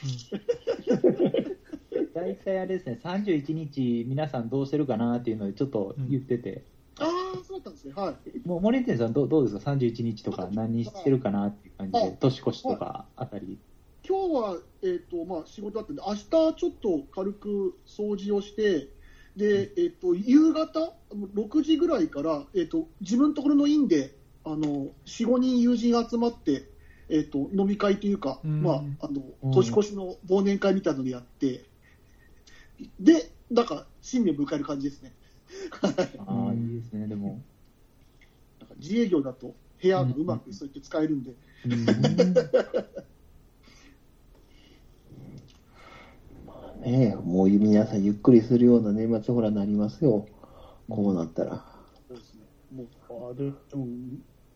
[SPEAKER 3] 大体あれですね、31日、皆さんどうしてるかなっていうので、ちょっと言ってて、
[SPEAKER 5] ああ、そうだったんですね。はい。
[SPEAKER 3] もう森ンさんどう、どうですか、31日とか、何してるかなっていう感じ
[SPEAKER 5] は
[SPEAKER 3] で
[SPEAKER 5] い、
[SPEAKER 3] 年越しとかあたり、
[SPEAKER 5] 今日は、えっとまあ、仕事だったんで、明日ちょっと軽く掃除をして、でえっと夕方、6時ぐらいから、えっと自分のところの院であの4、5人友人集まって、えっと飲み会というか、
[SPEAKER 2] うん
[SPEAKER 5] まあ、あの年越しの忘年会みたいなのやって、で、なんか新年迎える感じですね、
[SPEAKER 3] ああ、いいですね、で も。
[SPEAKER 5] なんか自営業だと部屋がうまくそうやって使えるんで、
[SPEAKER 1] ねえもう皆さんゆっくりするような年末ほらなりますよこうなったら
[SPEAKER 5] そうですねもう
[SPEAKER 4] あででも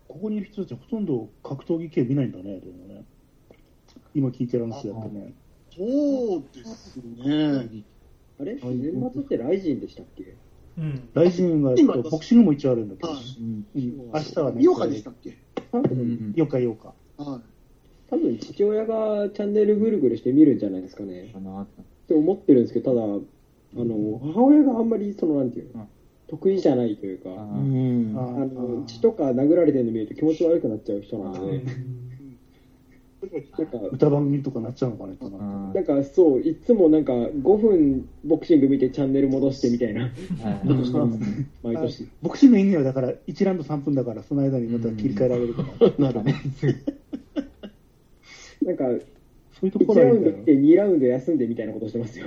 [SPEAKER 4] ここにいる人たちほとんど格闘技系見ないんだね、でもね。今聞いてる話だとね。
[SPEAKER 5] そうですね、
[SPEAKER 7] あれ年末ってライジンでしたっけ
[SPEAKER 2] うん。
[SPEAKER 4] ライジンは
[SPEAKER 5] 今
[SPEAKER 4] ボクシングも一応あるんだけど
[SPEAKER 5] は、い
[SPEAKER 3] うん
[SPEAKER 4] うん明日はね、
[SPEAKER 5] 美容家でしたっけ、
[SPEAKER 7] 多
[SPEAKER 3] う
[SPEAKER 7] 分、
[SPEAKER 3] ん
[SPEAKER 4] よかよか。
[SPEAKER 5] はい
[SPEAKER 7] 多分父親がチャンネルぐるぐるして見るんじゃないですかね。
[SPEAKER 3] かな
[SPEAKER 7] って思ってるんですけど、ただ、あの、母親があんまり、その、なんていうの、得意じゃないというか、あ
[SPEAKER 10] うん。
[SPEAKER 7] の血とか殴られてるの見ると気持ち悪くなっちゃう人なので、なんか、
[SPEAKER 4] 歌番組とかなっちゃうのかねとか
[SPEAKER 3] うん
[SPEAKER 7] なんかそう、いつもなんか5分ボクシング見てチャンネル戻してみたいな、
[SPEAKER 3] はい
[SPEAKER 7] 毎年。
[SPEAKER 4] ボクシング以外はだから1ラウンド3分だからその間にまた切り替えられるから、
[SPEAKER 10] なるね。
[SPEAKER 7] なんか、
[SPEAKER 4] そういうとこ
[SPEAKER 7] 1
[SPEAKER 4] ろ
[SPEAKER 7] ラ
[SPEAKER 4] はい
[SPEAKER 7] ウ
[SPEAKER 4] いん
[SPEAKER 7] ン
[SPEAKER 4] だ
[SPEAKER 7] ド
[SPEAKER 4] よ
[SPEAKER 7] 来て2ラウンド休んでみたいなことしてますよ。